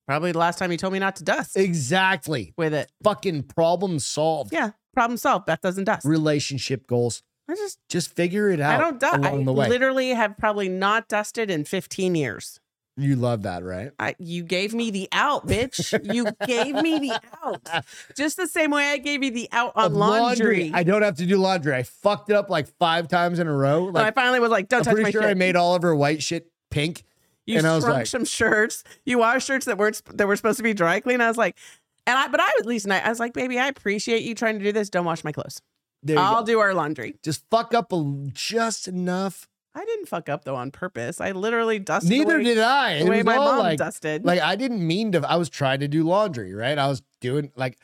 S1: Probably the last time you told me not to dust
S2: Exactly.
S1: with it.
S2: Fucking problem solved.
S1: Yeah, problem solved. Beth doesn't dust.
S2: Relationship goals.
S1: I just
S2: Just figure it out.
S1: I don't dust. I
S2: along the way.
S1: literally have probably not dusted in 15 years.
S2: you love that, right?
S1: I, you gave me the out, bitch. You gave me the out. Just the same way I gave you the out on
S2: Of
S1: laundry.
S2: I don't have to do laundry. I fucked it up like five times in a row.
S1: When I
S2: Like
S1: finally was like,
S2: I
S1: don't
S2: am
S1: touch my
S2: pretty sure I
S1: shit.
S2: made all of her white shit pink.
S1: you
S2: and I was
S1: shrunk
S2: like-
S1: some shirts. You washed shirts that weren't that were supposed to be dry clean. I was like, and I but I at least I, I was like, baby, I appreciate you trying to do this. Don't wash my clothes.
S2: There you
S1: I'll
S2: go.
S1: do our laundry.
S2: Just fuck up a, just enough.
S1: I didn't fuck up though on purpose. I literally dusted.
S2: Neither
S1: away,
S2: did I.
S1: the
S2: It
S1: way
S2: was
S1: my
S2: all
S1: mom
S2: like,
S1: dusted.
S2: like I didn't mean to. I was trying to do laundry, right? I was doing like,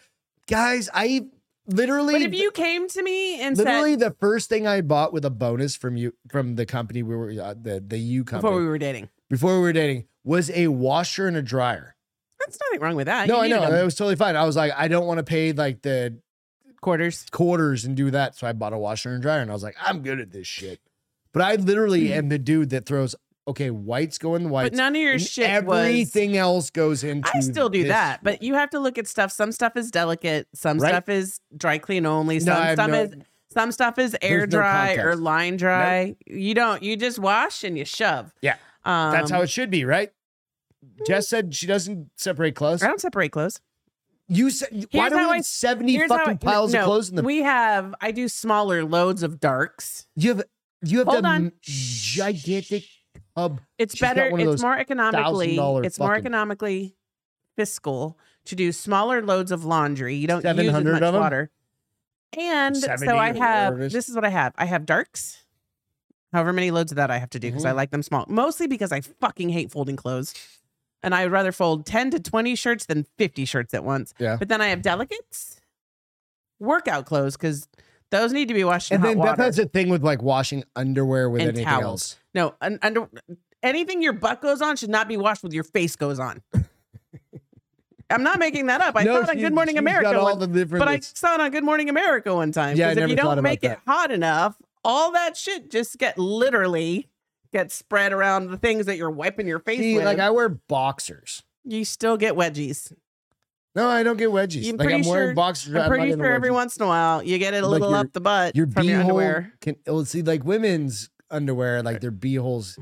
S2: guys, I literally.
S1: but if you came to me and said
S2: Literally, the first thing I bought with a bonus from you, from the company we were, uh, the the U company,
S1: before we were dating.
S2: were dating, was a washer and a dryer.
S1: That's nothing wrong with that.
S2: no,
S1: Uh, You
S2: I know
S1: needed
S2: that
S1: 'em.
S2: was totally fine. I was like, I don't want to pay like the
S1: Quarters.
S2: quarters and do that, so I bought a washer and dryer, and I was like, I'm good at this shit. But I literally am the dude that throws. Okay, whites go in the whites.
S1: Hmm. But none of your
S2: and
S1: shit was.
S2: everything else goes into.
S1: I still do
S2: this
S1: that, but you have to look at stuff. Some stuff is delicate. Some
S2: Right.
S1: stuff is dry clean only.
S2: No,
S1: Some
S2: I have
S1: stuff
S2: no-
S1: is some stuff is air
S2: There's no
S1: dry or
S2: contest.
S1: line dry. You don't. You just wash and you shove.
S2: Yeah.
S1: um, hmm.
S2: That's how it should be, right? Jess said she doesn't separate clothes.
S1: I don't separate clothes.
S2: You said why
S1: Here's
S2: do
S1: how
S2: we
S1: I-
S2: have seventy
S1: Here's how
S2: fucking
S1: I-
S2: piles
S1: no,
S2: of clothes in the?
S1: We have. I do smaller loads of darks.
S2: you have you have
S1: Hold
S2: the
S1: on.
S2: m- gigantic hub.
S1: It's
S2: She's got
S1: better.
S2: one of those
S1: It's more economically.
S2: $1,000
S1: It's more
S2: fucking-
S1: economically fiscal to do smaller loads of laundry. You don't use as
S2: 700
S1: much
S2: of 'em?
S1: water. And
S2: 70
S1: so I have.
S2: or whatever it is.
S1: This is what I have. I have darks.
S2: Mm-hmm.
S1: However many loads of that I have to do because I like them small, mostly because I fucking hate folding clothes. and I would rather fold 10 to 20 shirts than 50 shirts at once.
S2: Yeah.
S1: But then I have delicates, workout clothes, because those need to be washed in
S2: And
S1: hot
S2: then Beth
S1: water.
S2: has a thing with like washing underwear with
S1: And
S2: anything
S1: towels.
S2: else.
S1: no, un- under anything your butt goes on should not be washed with your face goes on. I'm not making that up. I
S2: No,
S1: thought on
S2: she-
S1: Good Morning
S2: she's
S1: America,
S2: Got all
S1: one-
S2: the different.
S1: but I saw it on Good Morning America one time.
S2: Yeah, I
S1: 'cause if
S2: never
S1: you
S2: thought
S1: don't
S2: about
S1: make it
S2: that.
S1: hot enough, all that shit just get literally gets spread around the things that you're wiping your face
S2: See,
S1: with.
S2: like I wear boxers.
S1: you still get wedgies.
S2: No, I don't get wedgies.
S1: I'm
S2: like I'm
S1: pretty
S2: wearing
S1: sure-
S2: boxers.
S1: I'm
S2: not
S1: pretty
S2: getting a
S1: sure every
S2: wedgie.
S1: once in a while you get it a
S2: Like
S1: little
S2: your-
S1: up the butt
S2: your
S1: from
S2: b
S1: your
S2: hole
S1: underwear.
S2: can well see like women's underwear like their b holes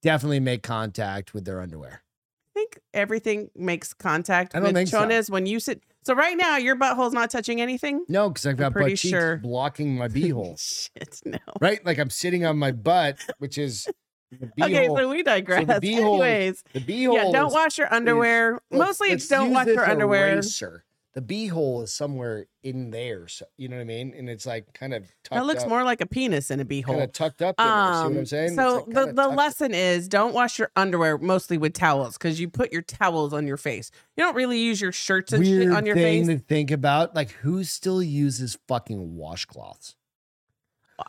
S2: definitely make contact with their underwear
S1: I think everything makes contact
S2: I don't
S1: with
S2: think so.
S1: chonas when you sit. So right now your butthole's not touching anything.
S2: no because i've got butt
S1: pretty
S2: cheeks
S1: sure.
S2: blocking my b hole
S1: Shit, no.
S2: right like i'm sitting on my butt which is the b
S1: Okay,
S2: hole
S1: so we digress.
S2: b-hole is-
S1: Anyways,
S2: the b hole
S1: yeah, don't wash your underwear. Mostly it's don't wash your underwear.
S2: the b hole is somewhere in there so you know what i mean and it's like kind of tucked
S1: That looks
S2: up,
S1: more like a penis in a
S2: kind
S1: beehole. Um,
S2: of tucked up in there, see what i'm saying It's,
S1: So
S2: like,
S1: the,
S2: kinda
S1: the
S2: tucked-
S1: lesson is don't wash your underwear mostly with towels because you put your towels on your face. You don't really use your shirts and
S2: weird
S1: shit on your
S2: thing
S1: face.
S2: to think about like who still uses fucking washcloths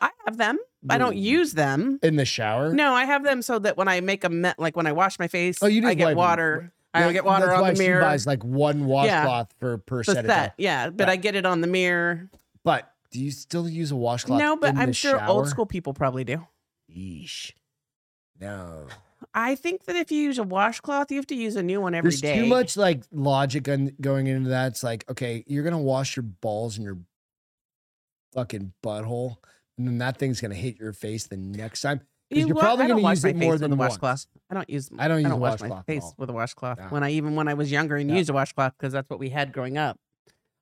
S1: I have them. I don't
S2: Ooh.
S1: use them.
S2: in the shower.
S1: No, I have them so that when I make a me- like when I wash my face,
S2: Oh, you
S1: I
S2: just wipe
S1: get
S2: 'em.
S1: water. I
S2: That-
S1: get water
S2: that's
S1: on
S2: why
S1: the
S2: she
S1: mirror.
S2: buys like one washcloth for
S1: The
S2: per set. of
S1: set,
S2: towels.
S1: yeah, but
S2: Right.
S1: I get it on the mirror.
S2: But do you still use a washcloth?
S1: No, but
S2: in
S1: I'm
S2: the
S1: sure old
S2: shower?
S1: school people probably do.
S2: Yeesh. No,
S1: I think that if you use a washcloth, you have to use a new one every
S2: there's
S1: day.
S2: too much like logic on going into that. It's like okay, you're gonna wash your balls and your fucking butthole, and then that thing's gonna hit your face the next time. 'Cause
S1: You
S2: you're
S1: wa-
S2: probably
S1: I don't
S2: gonna
S1: wash
S2: use
S1: my
S2: it more
S1: face
S2: than
S1: with a
S2: once.
S1: washcloth. I don't use.
S2: I don't use a
S1: wash my
S2: washcloth at
S1: face
S2: all.
S1: with a washcloth.
S2: No.
S1: When I even when I was younger and
S2: No.
S1: used a washcloth because that's what we had growing up.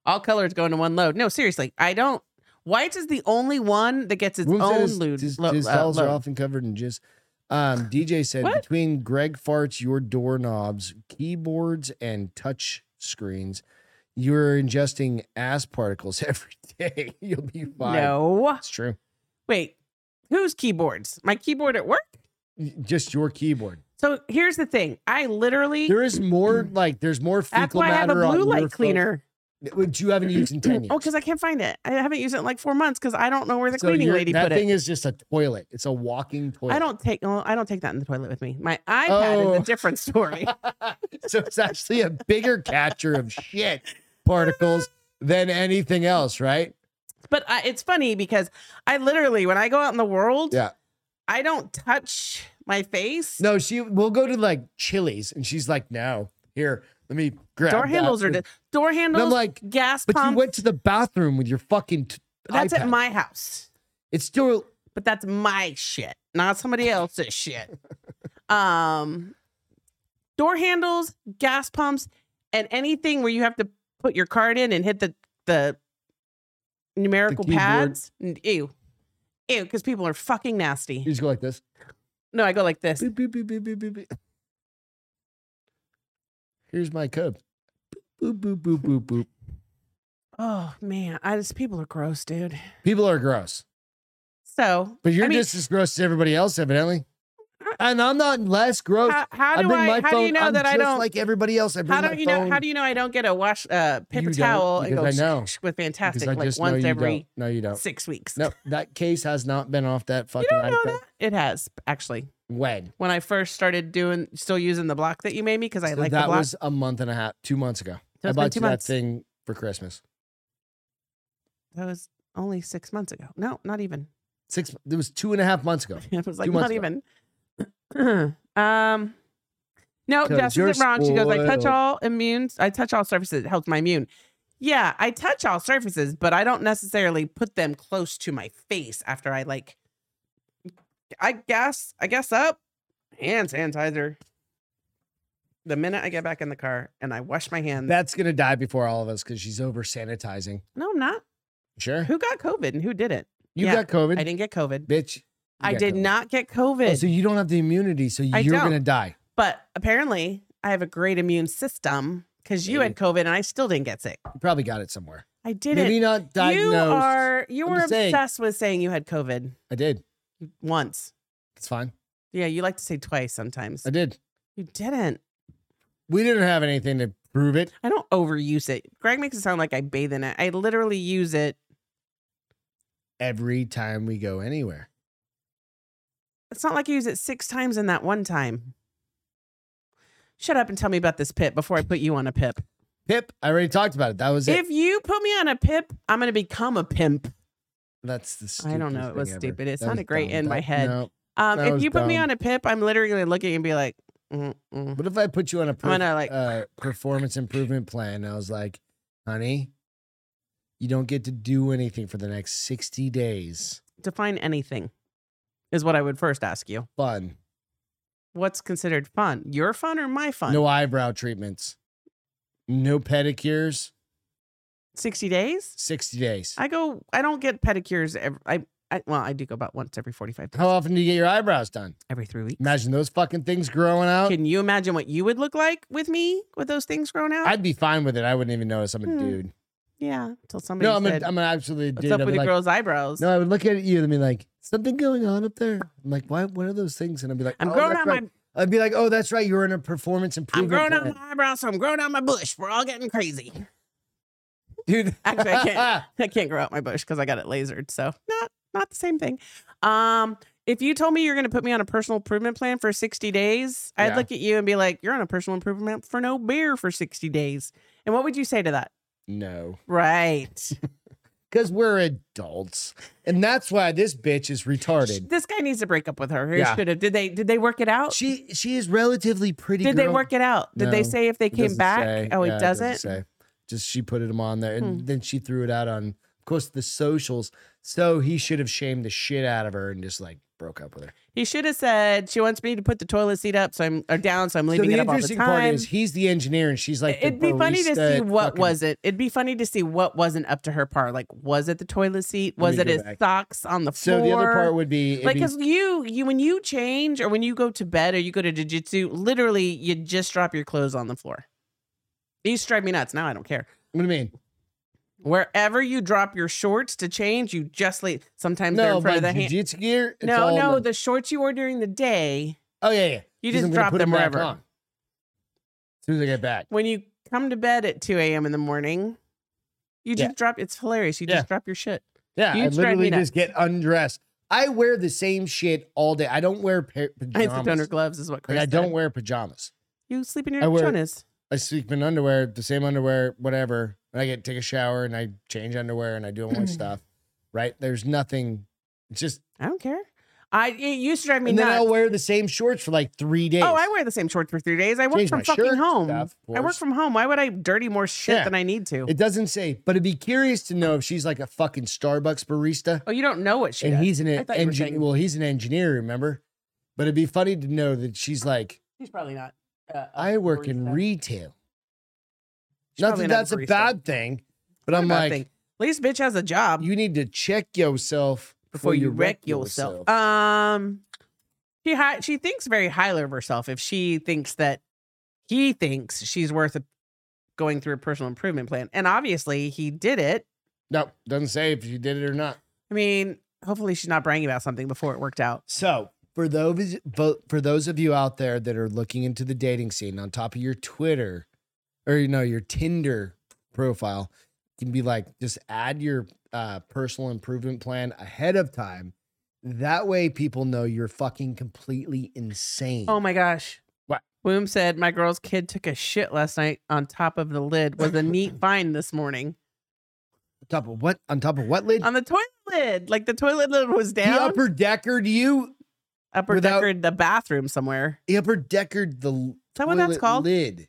S1: All colors go into one load. No, seriously, I don't. Whites is the only one that gets its
S2: Womb
S1: own
S2: says
S1: load.
S2: Dis-
S1: lo- uh,
S2: distels are
S1: load.
S2: often covered in jizz. Um, DJ said
S1: What?
S2: between Greg farts, your doorknobs, keyboards, and touch screens, you're ingesting ass particles every day. You'll be fine.
S1: No,
S2: It's true.
S1: wait, whose keyboards? My keyboard at work.
S2: Y- Just your keyboard.
S1: So here's the thing. I literally.
S2: There is more like there's more fecal
S1: That's why I have a
S2: matter on
S1: blue
S2: your
S1: light
S2: phone-
S1: cleaner.
S2: which you haven't used in ten years.
S1: Oh, because I can't find it. I haven't used it in like four months because I don't know where the
S2: So
S1: cleaning
S2: you're-
S1: lady
S2: that
S1: put it.
S2: thing is just a toilet. It's a walking toilet.
S1: I don't take well, I don't take that in the toilet with me. My iPad is
S2: Oh.
S1: a different story.
S2: so it's actually a bigger catcher of shit particles than anything else, right?
S1: but I, it's funny because I literally when I go out in the world,
S2: Yeah.
S1: I don't touch my face.
S2: No, she we'll go to like Chili's and she's like, no, here, let me grab
S1: door
S2: that."
S1: handles are di- door
S2: And
S1: handles.
S2: I'm like,
S1: gas
S2: but you
S1: pump.
S2: went to the bathroom with your fucking t-
S1: that's
S2: iPad.
S1: at my house.
S2: It's still
S1: But that's my shit, not somebody else's shit. Um, door handles, gas pumps, and anything where you have to put your card in and hit the the numerical
S2: keyboard.
S1: pads. N- Ew, ew, because people are fucking nasty.
S2: you just go like this.
S1: No, I go like this.
S2: Beep, beep, beep, beep, beep, beep, beep. Here's my code. Boop, boop, boop, boop, boop.
S1: Oh man, I just people are gross, dude.
S2: People are gross.
S1: So,
S2: But you're
S1: I mean-
S2: just as gross as everybody else, evidently. And I'm not less gross.
S1: how, how
S2: I
S1: do
S2: bring
S1: I?
S2: my
S1: How
S2: phone.
S1: do you know
S2: I'm
S1: that I
S2: just
S1: don't?
S2: like everybody else. I bring
S1: how
S2: my
S1: do you know?
S2: phone.
S1: How do you know I don't get a wash uh, paper
S2: You don't,
S1: towel and go
S2: because I know.
S1: sh- sh- with
S2: Because
S1: fantastic
S2: I
S1: like
S2: just know
S1: once
S2: you
S1: every
S2: don't. No, you don't.
S1: six weeks?
S2: No, that case has not been off that fucking
S1: don't know
S2: iPad.
S1: that? It has actually.
S2: When?
S1: When I first started doing, still using the block that you made me because I
S2: So
S1: like the
S2: that
S1: block.
S2: was a month and a half, two months ago.
S1: So
S2: I
S1: it's been
S2: bought
S1: two
S2: you that
S1: months.
S2: thing for Christmas.
S1: that was only six months ago. No, not even.
S2: Six. It was two and a half months ago.
S1: It was like
S2: Two months
S1: not even. um, no,
S2: Because
S1: Jess
S2: you're
S1: isn't wrong. She goes, I touch
S2: spoiled.
S1: all immune. I touch all surfaces. It helps my immune. Yeah, I touch all surfaces, but I don't necessarily put them close to my face after I like. I guess. I guess up. Hand sanitizer. The minute I get back in the car and I wash my hands.
S2: That's gonna die before all of us because she's over sanitizing.
S1: no, I'm not.
S2: Sure.
S1: Who got COVID and who didn't?
S2: You
S1: Yeah,
S2: got COVID,
S1: I didn't get COVID.
S2: bitch. You
S1: I
S2: got
S1: did
S2: COVID.
S1: not get
S2: Oh,
S1: COVID.
S2: so you don't have the immunity, so
S1: I
S2: you're
S1: don't.
S2: gonna die.
S1: But apparently, I have a great immune system because you had COVID and I still didn't get sick.
S2: You probably got it somewhere.
S1: I didn't.
S2: Maybe not
S1: you
S2: diagnosed.
S1: are you
S2: I'm
S1: were
S2: just saying.
S1: obsessed with saying you had COVID
S2: I did.
S1: once.
S2: It's fine.
S1: Yeah, you like to say twice sometimes.
S2: I did.
S1: You didn't.
S2: We didn't have anything to prove it.
S1: I don't overuse it. Greg makes it sound like I bathe in it. I literally use it.
S2: every time we go anywhere.
S1: It's not like I use it six times in that one time. Shut up and tell me about this pip before I put you on a pip.
S2: Pip, I already talked about it. That was it.
S1: If you put me on a pip, I'm going to become a pimp.
S2: That's the.
S1: I don't know,
S2: stupidest
S1: it was
S2: thing ever.
S1: stupid. It
S2: That
S1: sounded
S2: was
S1: great
S2: dumb.
S1: in my
S2: That-
S1: head.
S2: no.
S1: Um,
S2: That
S1: if
S2: was
S1: you put me
S2: dumb.
S1: on a pip, I'm literally going to look at you and be like, mm, mm.
S2: What if I put you on a per-
S1: gonna, like-
S2: uh, performance improvement plan? And I was like, honey, you don't get to do anything for the next sixty days.
S1: define anything is what I would first ask you.
S2: Fun.
S1: What's considered fun? Your fun or my fun?
S2: No eyebrow treatments. No pedicures.
S1: 60 days?
S2: Sixty days.
S1: I go, I don't get pedicures. Every, I, I, well, I do go about once every 45 days,
S2: How often do you get your eyebrows done?
S1: every three weeks.
S2: Imagine those fucking things growing out.
S1: Can you imagine what you would look like with me with those things growing out?
S2: I'd be fine with it. I wouldn't even notice I'm a
S1: Hmm.
S2: dude.
S1: yeah. Until somebody
S2: No, I'm,
S1: said,
S2: a, I'm an absolutely
S1: What's
S2: dude.
S1: up
S2: I'd
S1: with
S2: be
S1: a
S2: like,
S1: girl's eyebrows?
S2: No, I would look at you and be like, something going on up there. I'm like, why? What are those things? And I'd be like,
S1: I'm
S2: "Oh,
S1: growing
S2: that's
S1: out
S2: right."
S1: my
S2: I'd be like, oh, that's right. You're in a performance
S1: I'm
S2: improvement.
S1: growing out
S2: plan."
S1: my eyebrows, so I'm growing out my bush. We're all getting crazy.
S2: dude.
S1: Actually, I can't. I can't grow out my bush because I got it lasered. So not not the same thing. Um, if you told me you're gonna put me on a personal improvement plan for 60 days, I'd
S2: Yeah.
S1: look at you and be like, You're on a personal improvement for no beer for 60 days. And what would you say to that?
S2: no,
S1: Right.
S2: because we're adults, and that's why this bitch is retarded.
S1: This guy needs to break up with her. He
S2: Yeah.
S1: should have. Did they did they work it out?
S2: She she is relatively pretty.
S1: did they
S2: girl.
S1: work it out? Did they
S2: No,
S1: say if they
S2: It
S1: came
S2: doesn't
S1: back?
S2: say.
S1: Oh,
S2: Yeah,
S1: it doesn't. Hmm.
S2: say. Just she put them on there, and then she threw it out on, of course, the socials. So he should have shamed the shit out of her and just like broke up with her.
S1: He should have said she wants me to put the toilet seat up, so I'm or down, so I'm leaving
S2: so
S1: it
S2: the
S1: up all the
S2: interesting
S1: time.
S2: part is he's the engineer, and she's like. the
S1: It'd be funny to
S2: barista
S1: see
S2: at
S1: what
S2: fucking
S1: was it. It'd be funny to see what wasn't up to her par. Like, was it the toilet seat?
S2: Let
S1: Was
S2: me
S1: it
S2: go
S1: his
S2: back.
S1: socks on the
S2: So
S1: floor?
S2: the other part would be, it'd
S1: like,
S2: be-
S1: because you, you, when you change or when you go to bed or you go to jujitsu, literally, you just drop your clothes on the floor. It used to drive me nuts. Now I don't care.
S2: what do you mean?
S1: Wherever you drop your shorts to change, you just leave. Sometimes they're
S2: No,
S1: in front
S2: my
S1: of the hand.
S2: jiu-jitsu gear. it's all
S1: No,
S2: in
S1: no,
S2: the-
S1: the shorts you wore during the day.
S2: oh yeah, yeah.
S1: You
S2: 'Cause
S1: just
S2: I'm gonna
S1: drop
S2: put
S1: them
S2: 'em back
S1: wherever.
S2: on As soon as I get back,
S1: when you come to bed at 2 a.m. in the morning, you
S2: Yeah.
S1: just drop. It's hilarious. You
S2: Yeah.
S1: just drop your shit.
S2: yeah,
S1: You
S2: I
S1: just drive me
S2: literally just get undressed. I wear the same shit all day. I don't wear pa-
S1: I sleep under
S2: pajamas.
S1: gloves is what Chris
S2: Like I don't
S1: said.
S2: wear pajamas.
S1: You sleep in
S2: I
S1: your
S2: wear-
S1: pajamas.
S2: I sleep in underwear, the same underwear, whatever. And I get take a shower and I change underwear and I do all my stuff. Right? There's nothing. It's just.
S1: I don't care. I it used to drive me
S2: and then
S1: nuts.
S2: I'll wear the same shorts for like three days.
S1: oh, I wear the same shorts for three days. I work
S2: Change my
S1: from
S2: shirt
S1: fucking
S2: and
S1: home.
S2: stuff, of
S1: I work
S2: course.
S1: from home. Why would I dirty more shit
S2: Yeah.
S1: than I need to?
S2: It doesn't say, but I'd be curious to know if she's like a fucking Starbucks barista.
S1: oh, you don't know what she
S2: and
S1: does.
S2: he's an
S1: I thought you were
S2: engineer.
S1: saying-
S2: Well, he's an engineer, remember? But it'd be funny to know that she's like,
S1: She's probably not. Uh, a
S2: I work in
S1: barista.
S2: retail.
S1: She's
S2: not
S1: probably
S2: that
S1: not
S2: that's a
S1: barista.
S2: bad thing, but
S1: Not a
S2: I'm
S1: bad
S2: like,
S1: thing. At least bitch has a job
S2: you need to check yourself
S1: before you wreck yourself. Um, she hi- she thinks very highly of herself if she thinks that he thinks she's worth a- going through a personal improvement plan, and obviously he did it.
S2: no, doesn't say if you did it or not.
S1: I mean, hopefully she's not bragging about something before it worked out.
S2: So for those vo- for those of you out there that are looking into the dating scene, on top of your Twitter or you know your Tinder profile, you can be like just add your uh, personal improvement plan ahead of time. That way, people know you're fucking completely insane.
S1: Oh my gosh.
S2: What?
S1: Woom said my girl's kid took a shit last night on top of the lid. Was a neat find this morning
S2: on top of what? On top of what lid?
S1: on the toilet lid. Like the toilet lid was
S2: He
S1: down.
S2: upper deckered you.
S1: upper
S2: without-
S1: decker the bathroom somewhere.
S2: He upper deckered the l-
S1: Is that what that's
S2: toilet
S1: called?
S2: lid.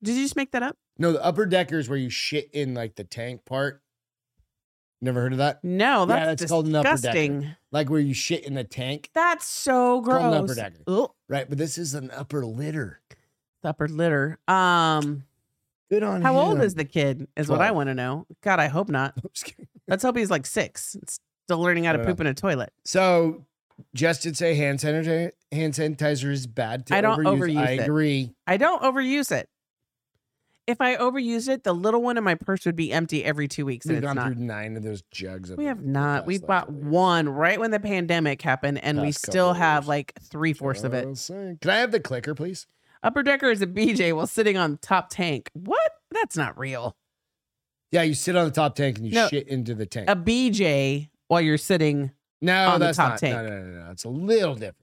S1: Did you just make that up?
S2: No, the upper decker is where you shit in like the tank part. Never heard of that?
S1: No, Oh, that's,
S2: Yeah, that's called an upper decker.
S1: disgusting.
S2: Like where you shit in the tank,
S1: That's so gross.
S2: called an upper decker.
S1: Ugh,
S2: right? But this is an upper litter.
S1: upper litter. Um,
S2: Good on
S1: how old
S2: him.
S1: is the kid? Is what I
S2: Twelve.
S1: want to know. God, I hope not.
S2: I'm just kidding.
S1: Let's hope he's like six, and still learning how
S2: I
S1: to
S2: don't
S1: poop in a toilet.
S2: So, Jess did say hand sanitizer, hand sanitizer is bad. To
S1: I don't
S2: overuse. I
S1: overuse it.
S2: agree.
S1: I don't overuse it. If I overuse it, the little one in my purse would be empty every two weeks, and
S2: We've
S1: it's
S2: gone
S1: not.
S2: through nine of those jugs. of
S1: We
S2: it
S1: have
S2: in the
S1: not.
S2: past,
S1: We
S2: like,
S1: bought
S2: couple years.
S1: one right when the pandemic happened, and we
S2: Past couple
S1: still have
S2: years. Oh,
S1: like three fourths of it.
S2: Just saying. Can I have the clicker, please?
S1: Upper decker is a BJ while sitting on top tank. What? That's not real.
S2: Yeah, you sit on the top tank and you
S1: No.
S2: shit into the tank.
S1: A BJ while you're sitting.
S2: no,
S1: on the
S2: that's
S1: top
S2: not.
S1: tank.
S2: No, no, no, no. It's a little different.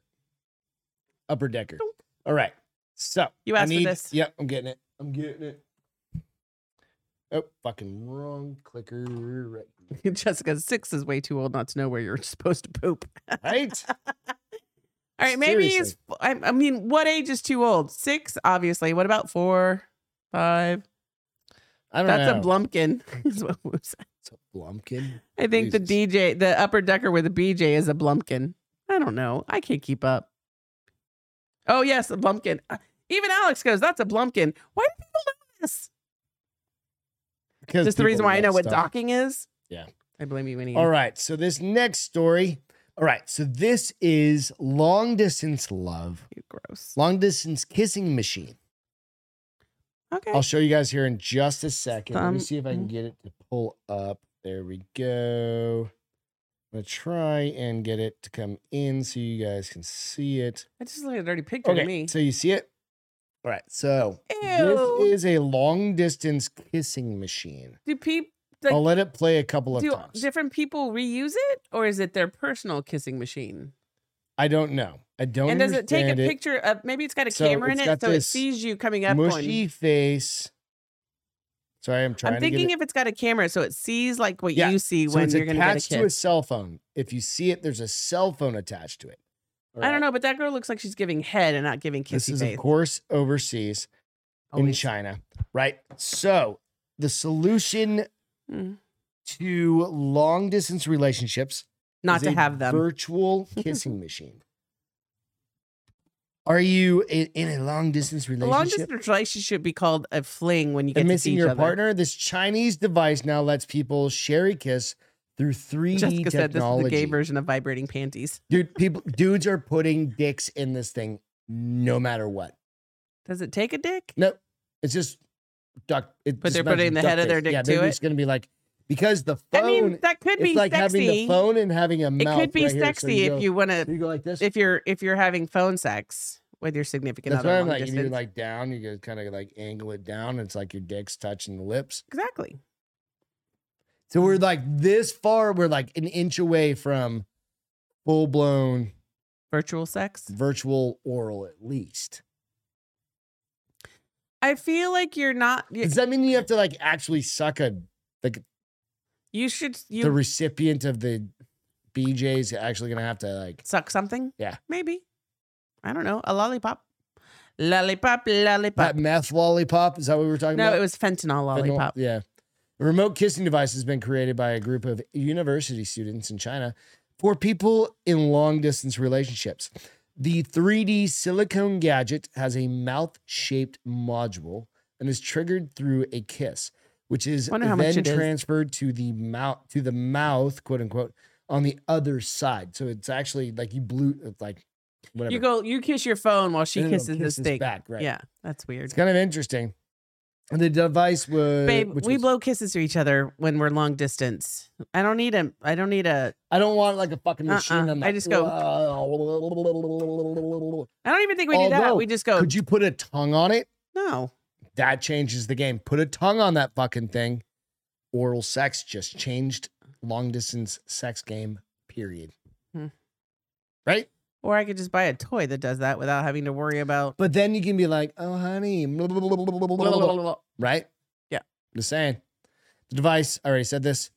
S2: Upper decker. All right. So
S1: You
S2: I
S1: asked for
S2: need-
S1: this.
S2: Yep, I'm getting it. I'm getting it. Oh, fucking wrong clicker. Right.
S1: Jessica six is way too old not to know where you're supposed to poop.
S2: right?
S1: All right, maybe he's. I, I mean, what age is too old? Six, obviously. What about four, five?
S2: I don't
S1: That's
S2: know.
S1: a blumpkin. is what we said.
S2: It's a blumpkin.
S1: I think the DJ, the upper decker with a BJ is a blumpkin. I don't know. I can't keep up. Oh yes, a blumpkin. Uh, Even Alex goes, "That's a blumpkin." Why do people know this? Just the reason why I know what docking is.
S2: Yeah.
S1: I blame you, Winnie.
S2: All right. So this next story. All right. So this is long distance love,
S1: You gross.
S2: long distance kissing machine.
S1: Okay.
S2: I'll show you guys here in just a second. Let me
S1: Some-
S2: see if I can get it to pull up. There we go. I'm gonna try and get it to come in so you guys can see it.
S1: I just looked at a dirty picture of
S2: Okay,
S1: me.
S2: so you see it? All right, so
S1: Ew.
S2: this is a long distance kissing machine.
S1: do people like,
S2: I'll let it play a couple of
S1: do
S2: times.
S1: different people reuse it, or is it their personal kissing machine?
S2: I don't know. I don't.
S1: and does it take a
S2: understand
S1: picture of? Maybe it's got a
S2: So
S1: camera in
S2: it's
S1: it,
S2: got
S1: so it
S2: this
S1: sees you coming up. going,
S2: Mushy face. Sorry, I'm trying
S1: I'm
S2: to get
S1: thinking
S2: it.
S1: if it's got a camera, so it sees like what
S2: Yeah,
S1: you see
S2: so
S1: when
S2: it's
S1: you're going to get a
S2: attached to a
S1: kiss.
S2: cell phone. If you see it, there's a cell phone attached to it. All
S1: I don't
S2: right.
S1: know, but that girl looks like she's giving head and not giving
S2: This
S1: kissy
S2: is
S1: face.
S2: of course overseas in
S1: Always.
S2: China, right? So the solution
S1: Mm.
S2: to long distance relationships
S1: Not
S2: is
S1: to
S2: a
S1: have them.
S2: virtual kissing machine. Are you in, in a long distance
S1: A long
S2: relationship?
S1: distance relationship should be called a fling when you get
S2: and
S1: to see
S2: missing
S1: each
S2: your
S1: other.
S2: partner. This Chinese device now lets people share a kiss through 3D
S1: Jessica said this is the
S2: technology.
S1: gay version of vibrating panties.
S2: Dude, people, dudes are putting dicks in this thing, no matter what.
S1: Does it take a dick?
S2: No, it's just duck. It,
S1: But
S2: just
S1: they're putting
S2: imagine
S1: the
S2: duck
S1: head of their
S2: face.
S1: dick
S2: yeah,
S1: to
S2: they're
S1: it?
S2: just gonna be like because the phone.
S1: I mean, that could
S2: it's
S1: be
S2: like
S1: sexy.
S2: having the phone and having a
S1: it
S2: mouth.
S1: could be
S2: right here, so
S1: sexy
S2: you
S1: if
S2: go-
S1: you want to
S2: You go like this.
S1: if you're if you're having phone sex with your significant
S2: That's
S1: other
S2: why I'm
S1: long
S2: like, if you
S1: distance.
S2: like down, you go kind of like angle it down. It's like your dick's touching the lips.
S1: exactly
S2: So we're
S1: Mm-hmm.
S2: like this far. We're like an inch away from full blown
S1: virtual sex.
S2: virtual oral, at least.
S1: I feel like you're not. You,
S2: Does that mean you have to like actually suck a like
S1: you should
S2: the
S1: you
S2: recipient of the BJ's actually gonna have to like
S1: suck something.
S2: Yeah.
S1: maybe. I don't know. A lollipop, lollipop, lollipop.
S2: that meth lollipop? Is that what we were talking
S1: no,
S2: about?
S1: it was fentanyl
S2: Fentanyl-
S1: lollipop.
S2: Yeah. A remote kissing device has been created by a group of university students in China for people in long distance relationships. The 3D silicone gadget has a mouth shaped module and is triggered through a kiss, which is
S1: Wonder how much
S2: then
S1: it is.
S2: transferred to the mouth to the mouth, quote unquote, on the other side. So it's actually like you blew like whatever.
S1: You go. You kiss your phone while she
S2: And it'll
S1: kisses
S2: kiss
S1: this
S2: this
S1: thing.
S2: back, right.
S1: Yeah, that's weird.
S2: It's kind of interesting. And the device was
S1: Babe,
S2: which
S1: we
S2: was-
S1: blow kisses to each other when we're long distance. I don't need a. I don't need a.
S2: I don't want like a fucking
S1: Uh-uh.
S2: machine. I'm
S1: I
S2: like,
S1: just go-
S2: "Wow."
S1: I don't even think we do that.
S2: Although,
S1: We just go.
S2: Could you put a tongue on it?
S1: no.
S2: That changes the game. Put a tongue on that fucking thing. Oral sex just changed long distance sex game. Period.
S1: Hmm.
S2: Right.
S1: Or I could just buy a toy that does that without having to worry about.
S2: But then you can be like, oh honey, right?
S1: Yeah.
S2: Just saying. The device. I already said this.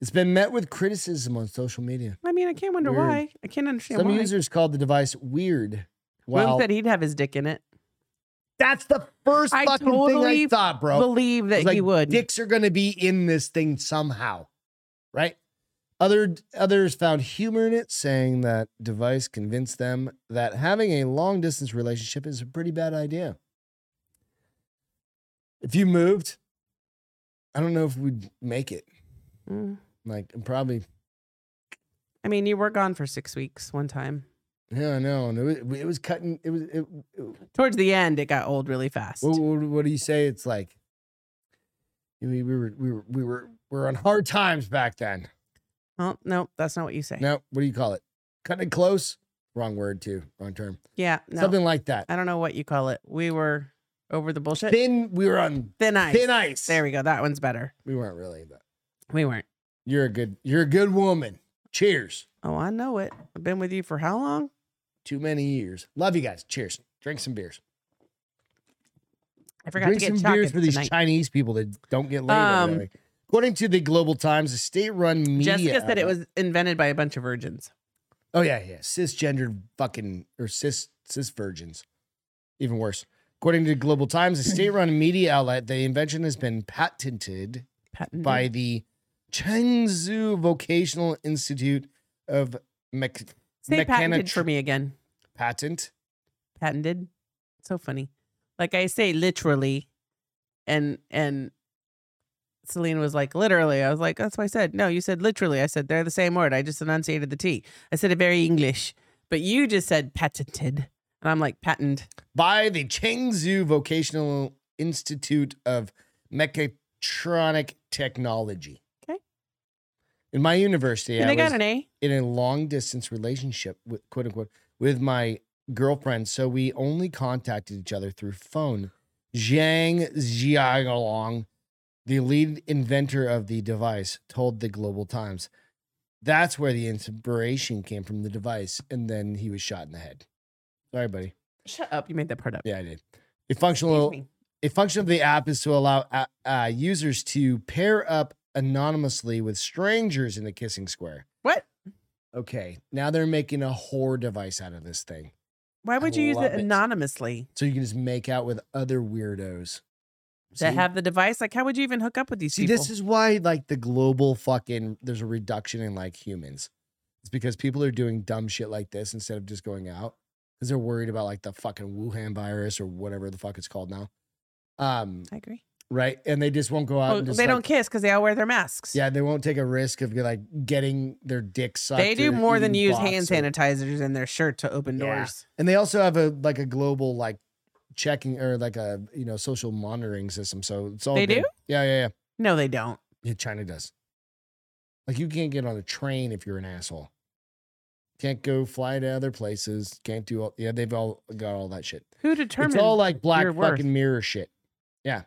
S2: It's been met with criticism on social media.
S1: I mean, I can't wonder
S2: Weird.
S1: why. I can't understand
S2: Some
S1: why.
S2: users called the device weird.
S1: Will
S2: While
S1: said he'd have his dick in it.
S2: That's the first
S1: I
S2: fucking thing I
S1: totally
S2: thought, bro.
S1: Believe
S2: It's
S1: that
S2: like,
S1: he would.
S2: Dicks are gonna be in this thing somehow, right? Other others found humor in it, saying that device convinced them that having a long distance relationship is a pretty bad idea. If you moved, I don't know if we'd make it.
S1: Mm.
S2: Like, I'm probably
S1: I mean, you were gone for six weeks one time.
S2: yeah, I know. And it was, it was cutting. It was. It, it-
S1: Towards the end, it got old really fast.
S2: What, what, what do you say? It's like we, we were we were we were we were on hard times back then.
S1: Oh no, that's not what you say.
S2: No, what do you call it? Cutting it close. Wrong word, too. Wrong term.
S1: Yeah. No. Uh,
S2: Something like that.
S1: I don't know what you call it. We were over the bullshit. Thin,
S2: Then we were on
S1: uh, ice.
S2: thin ice.
S1: There we go. That one's better.
S2: we weren't really, but
S1: We weren't.
S2: you're a good you're a good woman. Cheers.
S1: Oh, I know it. I've been with you for how long?
S2: Too many years. Love you guys. Cheers. Drink some beers.
S1: I forgot
S2: Drink
S1: to get
S2: some
S1: chocolate
S2: beers for these
S1: tonight.
S2: Chinese people that don't get laid.
S1: Um,
S2: evidently. According to the Global Times, a state-run media.
S1: Jessica said it
S2: outlet-
S1: was invented by a bunch of virgins.
S2: Oh yeah, yeah. Cisgendered fucking or cis cis virgins. Even worse. According to Global Times, a state-run media outlet, the invention has been patented
S1: Patented.
S2: by the Chengzu Vocational Institute of Mech-
S1: Say patented
S2: mechanic-
S1: for me again.
S2: Patent.
S1: Patented. So funny. Like I say, literally, and and Celine was like, literally. I was like, that's what I said. No, you said literally. I said they're the same word. I just enunciated the T. I said it very English, but you just said patented, and I'm like patent.
S2: by the Chengzu Vocational Institute of Mechatronic Technology.
S1: Okay.
S2: In my university,
S1: and
S2: I
S1: I got
S2: was
S1: an A.
S2: in a long distance relationship with quote unquote with my girlfriend, so we only contacted each other through phone. Zhang Xiaolong, the lead inventor of the device, told the Global Times. That's where the inspiration came from the device, and then he was shot in the head. Sorry, buddy.
S1: Shut up. You made that part up.
S2: Yeah, I did. A
S1: Excuse
S2: functional
S1: me.
S2: a function of the app is to allow uh, uh, users to pair up anonymously with strangers in the kissing square.
S1: What?
S2: Okay, now they're making a whore device out of this thing,
S1: Why would you use
S2: love
S1: it
S2: it.
S1: anonymously?
S2: so you can just make out with other weirdos.
S1: that
S2: See?
S1: have the device? Like, how would you even hook up with these
S2: See,
S1: people?
S2: this is why like the global fucking there's a reduction in like humans. It's because people are doing dumb shit like this instead of just going out because they're worried about like the fucking Wuhan virus or whatever the fuck it's called now. Um,
S1: I agree.
S2: right, and they just won't go out.
S1: Well,
S2: and just,
S1: Oh, they
S2: like,
S1: don't kiss because they all wear their masks.
S2: Yeah, they won't take a risk of like getting their dick sucked.
S1: they do
S2: or
S1: more than
S2: eating
S1: use
S2: E bots
S1: hand
S2: or-
S1: sanitizers in their shirt to open
S2: Yeah.
S1: doors.
S2: And they also have a like a global like checking or like a you know social monitoring system. So it's all
S1: They
S2: big-
S1: do?
S2: Yeah, yeah, yeah.
S1: No, they don't.
S2: Yeah, China does. Like you can't get on a train if you're an asshole. Can't go fly to other places. Can't do all. Yeah, they've all got all that shit.
S1: Who determines
S2: it's all like black
S1: your
S2: fucking
S1: worth?
S2: mirror shit. Yeah.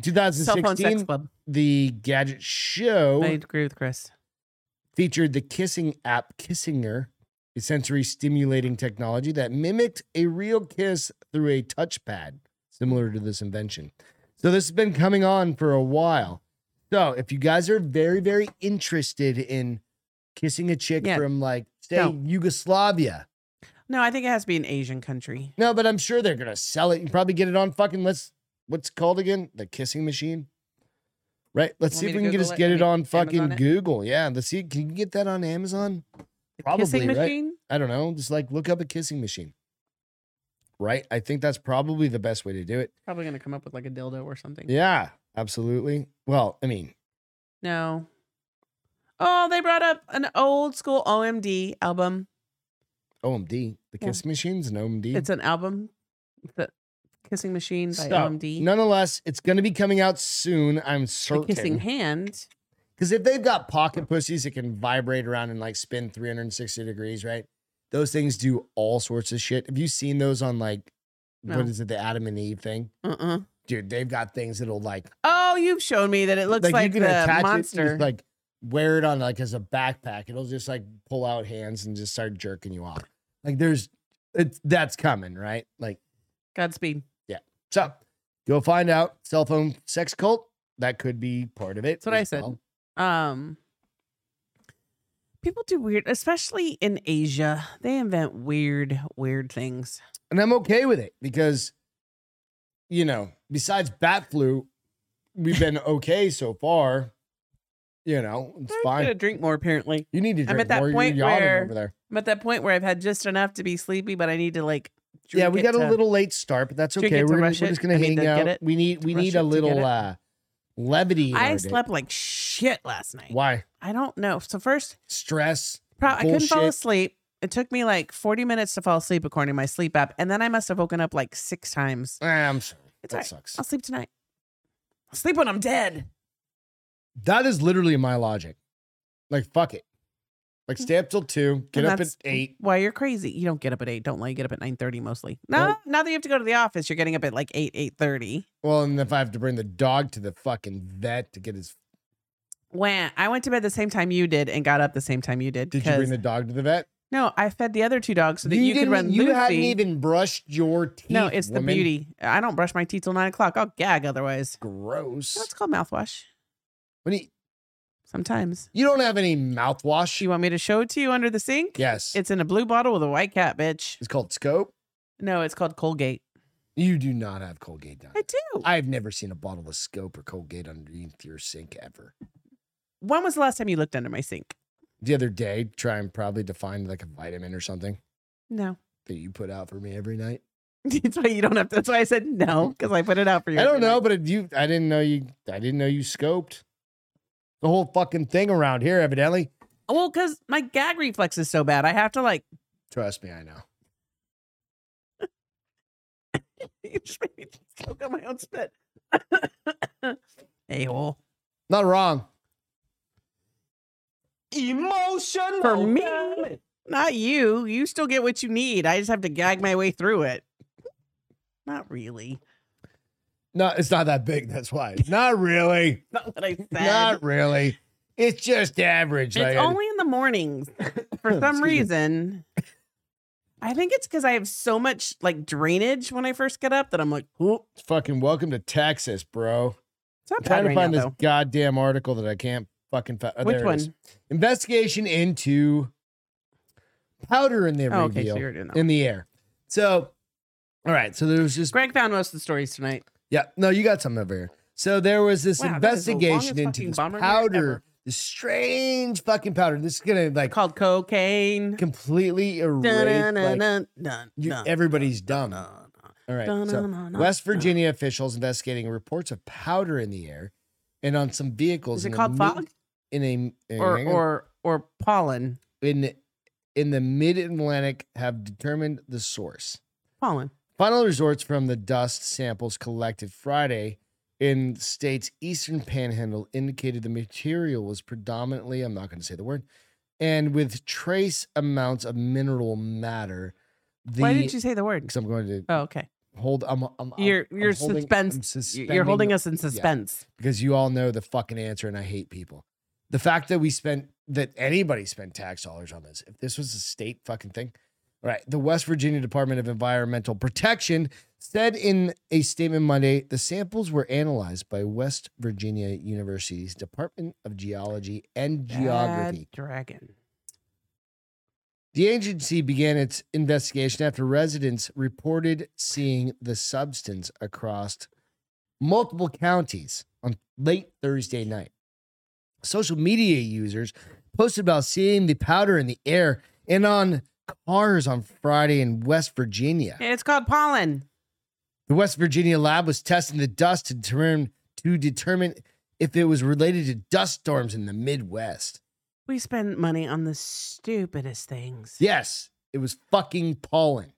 S1: cell phone sex
S2: 2016,
S1: club?
S2: the Gadget Show.
S1: I agree with Chris.
S2: featured the kissing app Kissinger, a sensory stimulating technology that mimicked a real kiss through a touchpad, similar to this invention. So this has been coming on for a while. So if you guys are very, very interested in kissing a chick
S1: Yeah.
S2: from like say
S1: Don't.
S2: Yugoslavia,
S1: No, I think it has to be an Asian country.
S2: no, but I'm sure they're gonna sell it. You probably get it on fucking let's what's it called again? The kissing machine. Right? Let's
S1: Want
S2: see
S1: me
S2: if
S1: to
S2: we can
S1: Google
S2: just
S1: it?
S2: get it
S1: Am-
S2: on fucking
S1: Amazon it?
S2: Google. Yeah. Let's see. Can you get that on Amazon?
S1: The
S2: Probably,
S1: kissing
S2: right?
S1: machine.
S2: I don't know, just like look up a kissing machine. Right? I think that's probably the best way to do it.
S1: Probably gonna come up with like a dildo or something.
S2: Yeah, absolutely. Well, I mean,
S1: No. Oh, they brought up an old school OMD album.
S2: OMD, the
S1: Yeah.
S2: kiss machine's an OMD.
S1: It's an album, the Kissing Machine by
S2: So,
S1: OMD.
S2: Nonetheless, it's going to be coming out soon, I'm
S1: the Kissing
S2: certain.
S1: Hand.
S2: Because if they've got pocket pussies that can vibrate around and like spin 360 degrees, right? Those things do all sorts of shit. Have you seen those on like,
S1: No.
S2: what is it, the Adam and Eve thing?
S1: Uh uh
S2: Dude, they've got things that'll like
S1: Oh, you've shown me that it looks like,
S2: you
S1: the
S2: can attach It, and
S1: monster.
S2: just, like wear it on like as a backpack. It'll just like pull out hands and just start jerking you off. Like there's it's that's coming, right? Like
S1: Godspeed.
S2: so go find out cell phone sex cult. That could be part of it.
S1: That's what I
S2: as
S1: said.
S2: well.
S1: Um people do weird, especially in Asia. They invent weird, weird things.
S2: And I'm okay with it because you know, besides bat flu, we've been okay so far. You know, it's
S1: I'm
S2: fine.
S1: gonna drink more apparently.
S2: You need to drink
S1: I'm at that
S2: more.
S1: point
S2: You're yawning
S1: where-
S2: over there.
S1: I'm at that point where I've had just enough to be sleepy, but I need to like
S2: yeah,
S1: drink
S2: we
S1: it
S2: got a
S1: to-
S2: little late start, but that's
S1: drink
S2: okay.
S1: it to
S2: We're, gonna,
S1: rush
S2: we're
S1: it.
S2: just gonna
S1: I mean,
S2: hang
S1: to get
S2: out.
S1: it.
S2: We need we
S1: Rush
S2: need
S1: it
S2: a
S1: to get
S2: little
S1: it.
S2: uh, levity. in our
S1: I
S2: day.
S1: slept like shit last night.
S2: Why
S1: I don't know. So first
S2: stress?
S1: Pro- I couldn't fall
S2: Bullshit.
S1: asleep. It took me like 40 minutes to fall asleep according to my sleep app. And then I must have woken up like six times.
S2: Ah, I'm sorry.
S1: It's all
S2: That
S1: right.
S2: sucks.
S1: I'll sleep tonight. I'll sleep when I'm dead.
S2: That is literally my logic. Like fuck it. Like stay up till two, get
S1: And
S2: up at
S1: that's-
S2: eight.
S1: Why you're crazy? You don't get up at eight. Don't lie. You get up at nine thirty mostly. No,
S2: Well-
S1: now that you have to go to the office, you're getting up at like eight eight thirty.
S2: Well, and if I have to bring the dog to the fucking vet to get his,
S1: When I went to bed the same time you did and got up the same time you did.
S2: did you bring
S1: because-
S2: the dog to the vet?
S1: No, I fed the other two dogs so that you, could
S2: didn't- e,
S1: run
S2: You
S1: Lucy.
S2: hadn't even brushed your teeth.
S1: no, it's the
S2: woman.
S1: beauty. I don't brush my teeth till nine o'clock. I'll gag otherwise. No,
S2: Gross.
S1: it's called mouthwash.
S2: What do you,
S1: Sometimes.
S2: you don't have any mouthwash.
S1: You want me to show it to you under the sink?
S2: yes,
S1: It's in a blue bottle with a white cap, bitch.
S2: it's called Scope.
S1: No, it's called Colgate.
S2: You do not have Colgate down.
S1: I do.
S2: I've never seen a bottle of Scope or Colgate underneath your sink ever.
S1: when was the last time you looked under my sink?
S2: The other day, trying probably to find like a vitamin or something
S1: No.
S2: that you put out for me every night.
S1: that's why you don't have to, that's why I said no, because Mm-hmm. I put it out for you.
S2: I don't
S1: every
S2: know,
S1: night.
S2: but if you, I didn't know you, I didn't know you scoped the whole fucking thing around here. Evidently,
S1: Well, because my gag reflex is so bad. I have to like
S2: trust me, I know.
S1: you just made me choke on my own spit. A hole.
S2: Not wrong.
S3: Emotional.
S1: For me, not you. You still get what you need. I just have to gag my way through it. Not really.
S2: No, it's not that big. That's why. Not really.
S1: Not what I said.
S2: Not really. It's just average.
S1: it's
S2: like-
S1: only in the mornings for
S2: Excuse
S1: some
S2: me.
S1: reason. I think it's because I have so much like drainage when I first get up that I'm like, oh,
S2: fucking welcome to Texas, bro.
S1: it's not
S2: I'm trying
S1: bad
S2: to
S1: right
S2: find
S1: now,
S2: this goddamn article that I can't fucking oh, find.
S1: though. Which one?
S2: Investigation into powder in the
S1: Oh, okay,
S2: reveal
S1: so you're doing that. one.
S2: in the air. So, all right. So there was just
S1: Greg found most of the stories tonight.
S2: yeah. No, you got something over here. So there was this
S1: Wow, that is the longest
S2: investigation into
S1: fucking
S2: this
S1: bomber review
S2: powder,
S1: ever.
S2: this strange fucking powder. This is gonna like
S1: Called cocaine.
S2: completely erase
S1: Dun, dun,
S2: like,
S1: dun, dun,
S2: you-
S1: dun,
S2: everybody's dumb.
S1: dun,
S2: All right.
S1: dun,
S2: so
S1: dun, dun, dun,
S2: West
S1: dun.
S2: Virginia officials investigating reports of powder in the air and on some vehicles.
S1: Is it
S2: in a
S1: called
S2: mid-
S1: fog
S2: In a uh,
S1: or
S2: hang on.
S1: or or pollen?
S2: in in the Mid Atlantic have determined the source.
S1: Pollen.
S2: Final results from the dust samples collected Friday in the state's eastern panhandle indicated the material was predominantly, I'm not going to say the word, and with trace amounts of mineral matter. The,
S1: Why didn't you say the word?
S2: 'cause I'm going to
S1: Oh, okay.
S2: hold. I'm. I'm, I'm
S1: You're
S2: I'm
S1: you're
S2: holding- I'm
S1: suspense. You're holding
S2: suspending
S1: us in suspense.
S2: because you all know the fucking answer and I hate people. The fact that we spent that anybody spent tax dollars on this, if this was a state fucking thing. All right. The West Virginia Department of Environmental Protection said in a statement Monday the samples were analyzed by West Virginia University's Department of Geology and Geography.
S1: Bad dragon.
S2: The agency began its investigation after residents reported seeing the substance across multiple counties on late Thursday night. Social media users posted about seeing the powder in the air and on cars on Friday in West Virginia.
S1: It's called pollen.
S2: The West Virginia lab was testing the dust to determine, to determine if it was related to dust storms in the Midwest.
S1: We spend money on the stupidest things.
S2: Yes, it was fucking pollen.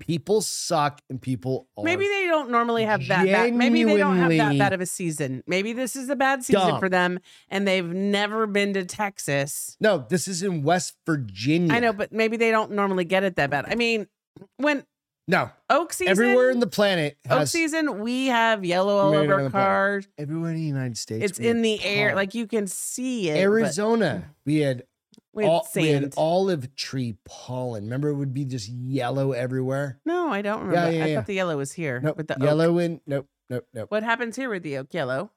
S2: People suck and people are
S1: Maybe they don't normally have that. Bad, maybe they don't have that
S2: Genuinely
S1: bad of a season. Maybe this is a bad season
S2: dumb.
S1: for them, and they've never been to Texas.
S2: No, this is in West Virginia.
S1: I know, but maybe they don't normally get it that bad. I mean, when
S2: No,
S1: oak season, Oh,
S2: everywhere in the planet
S1: oak
S2: has
S1: season, we have yellow all
S2: Made
S1: over
S2: on the
S1: our
S2: planet.
S1: cars.
S2: everywhere in the United States.
S1: It's
S2: we had
S1: in the air,
S2: palm.
S1: like you can see it. but
S2: Arizona. oh, We had
S1: with
S2: all, we
S1: sand.
S2: had olive tree pollen. Remember, it would be just yellow everywhere.
S1: No, I don't remember.
S2: yeah,
S1: I
S2: yeah.
S1: thought the yellow was here
S2: Nope,
S1: with the oak.
S2: yellow in. Nope, nope, nope.
S1: What happens here with the oak? Yellow.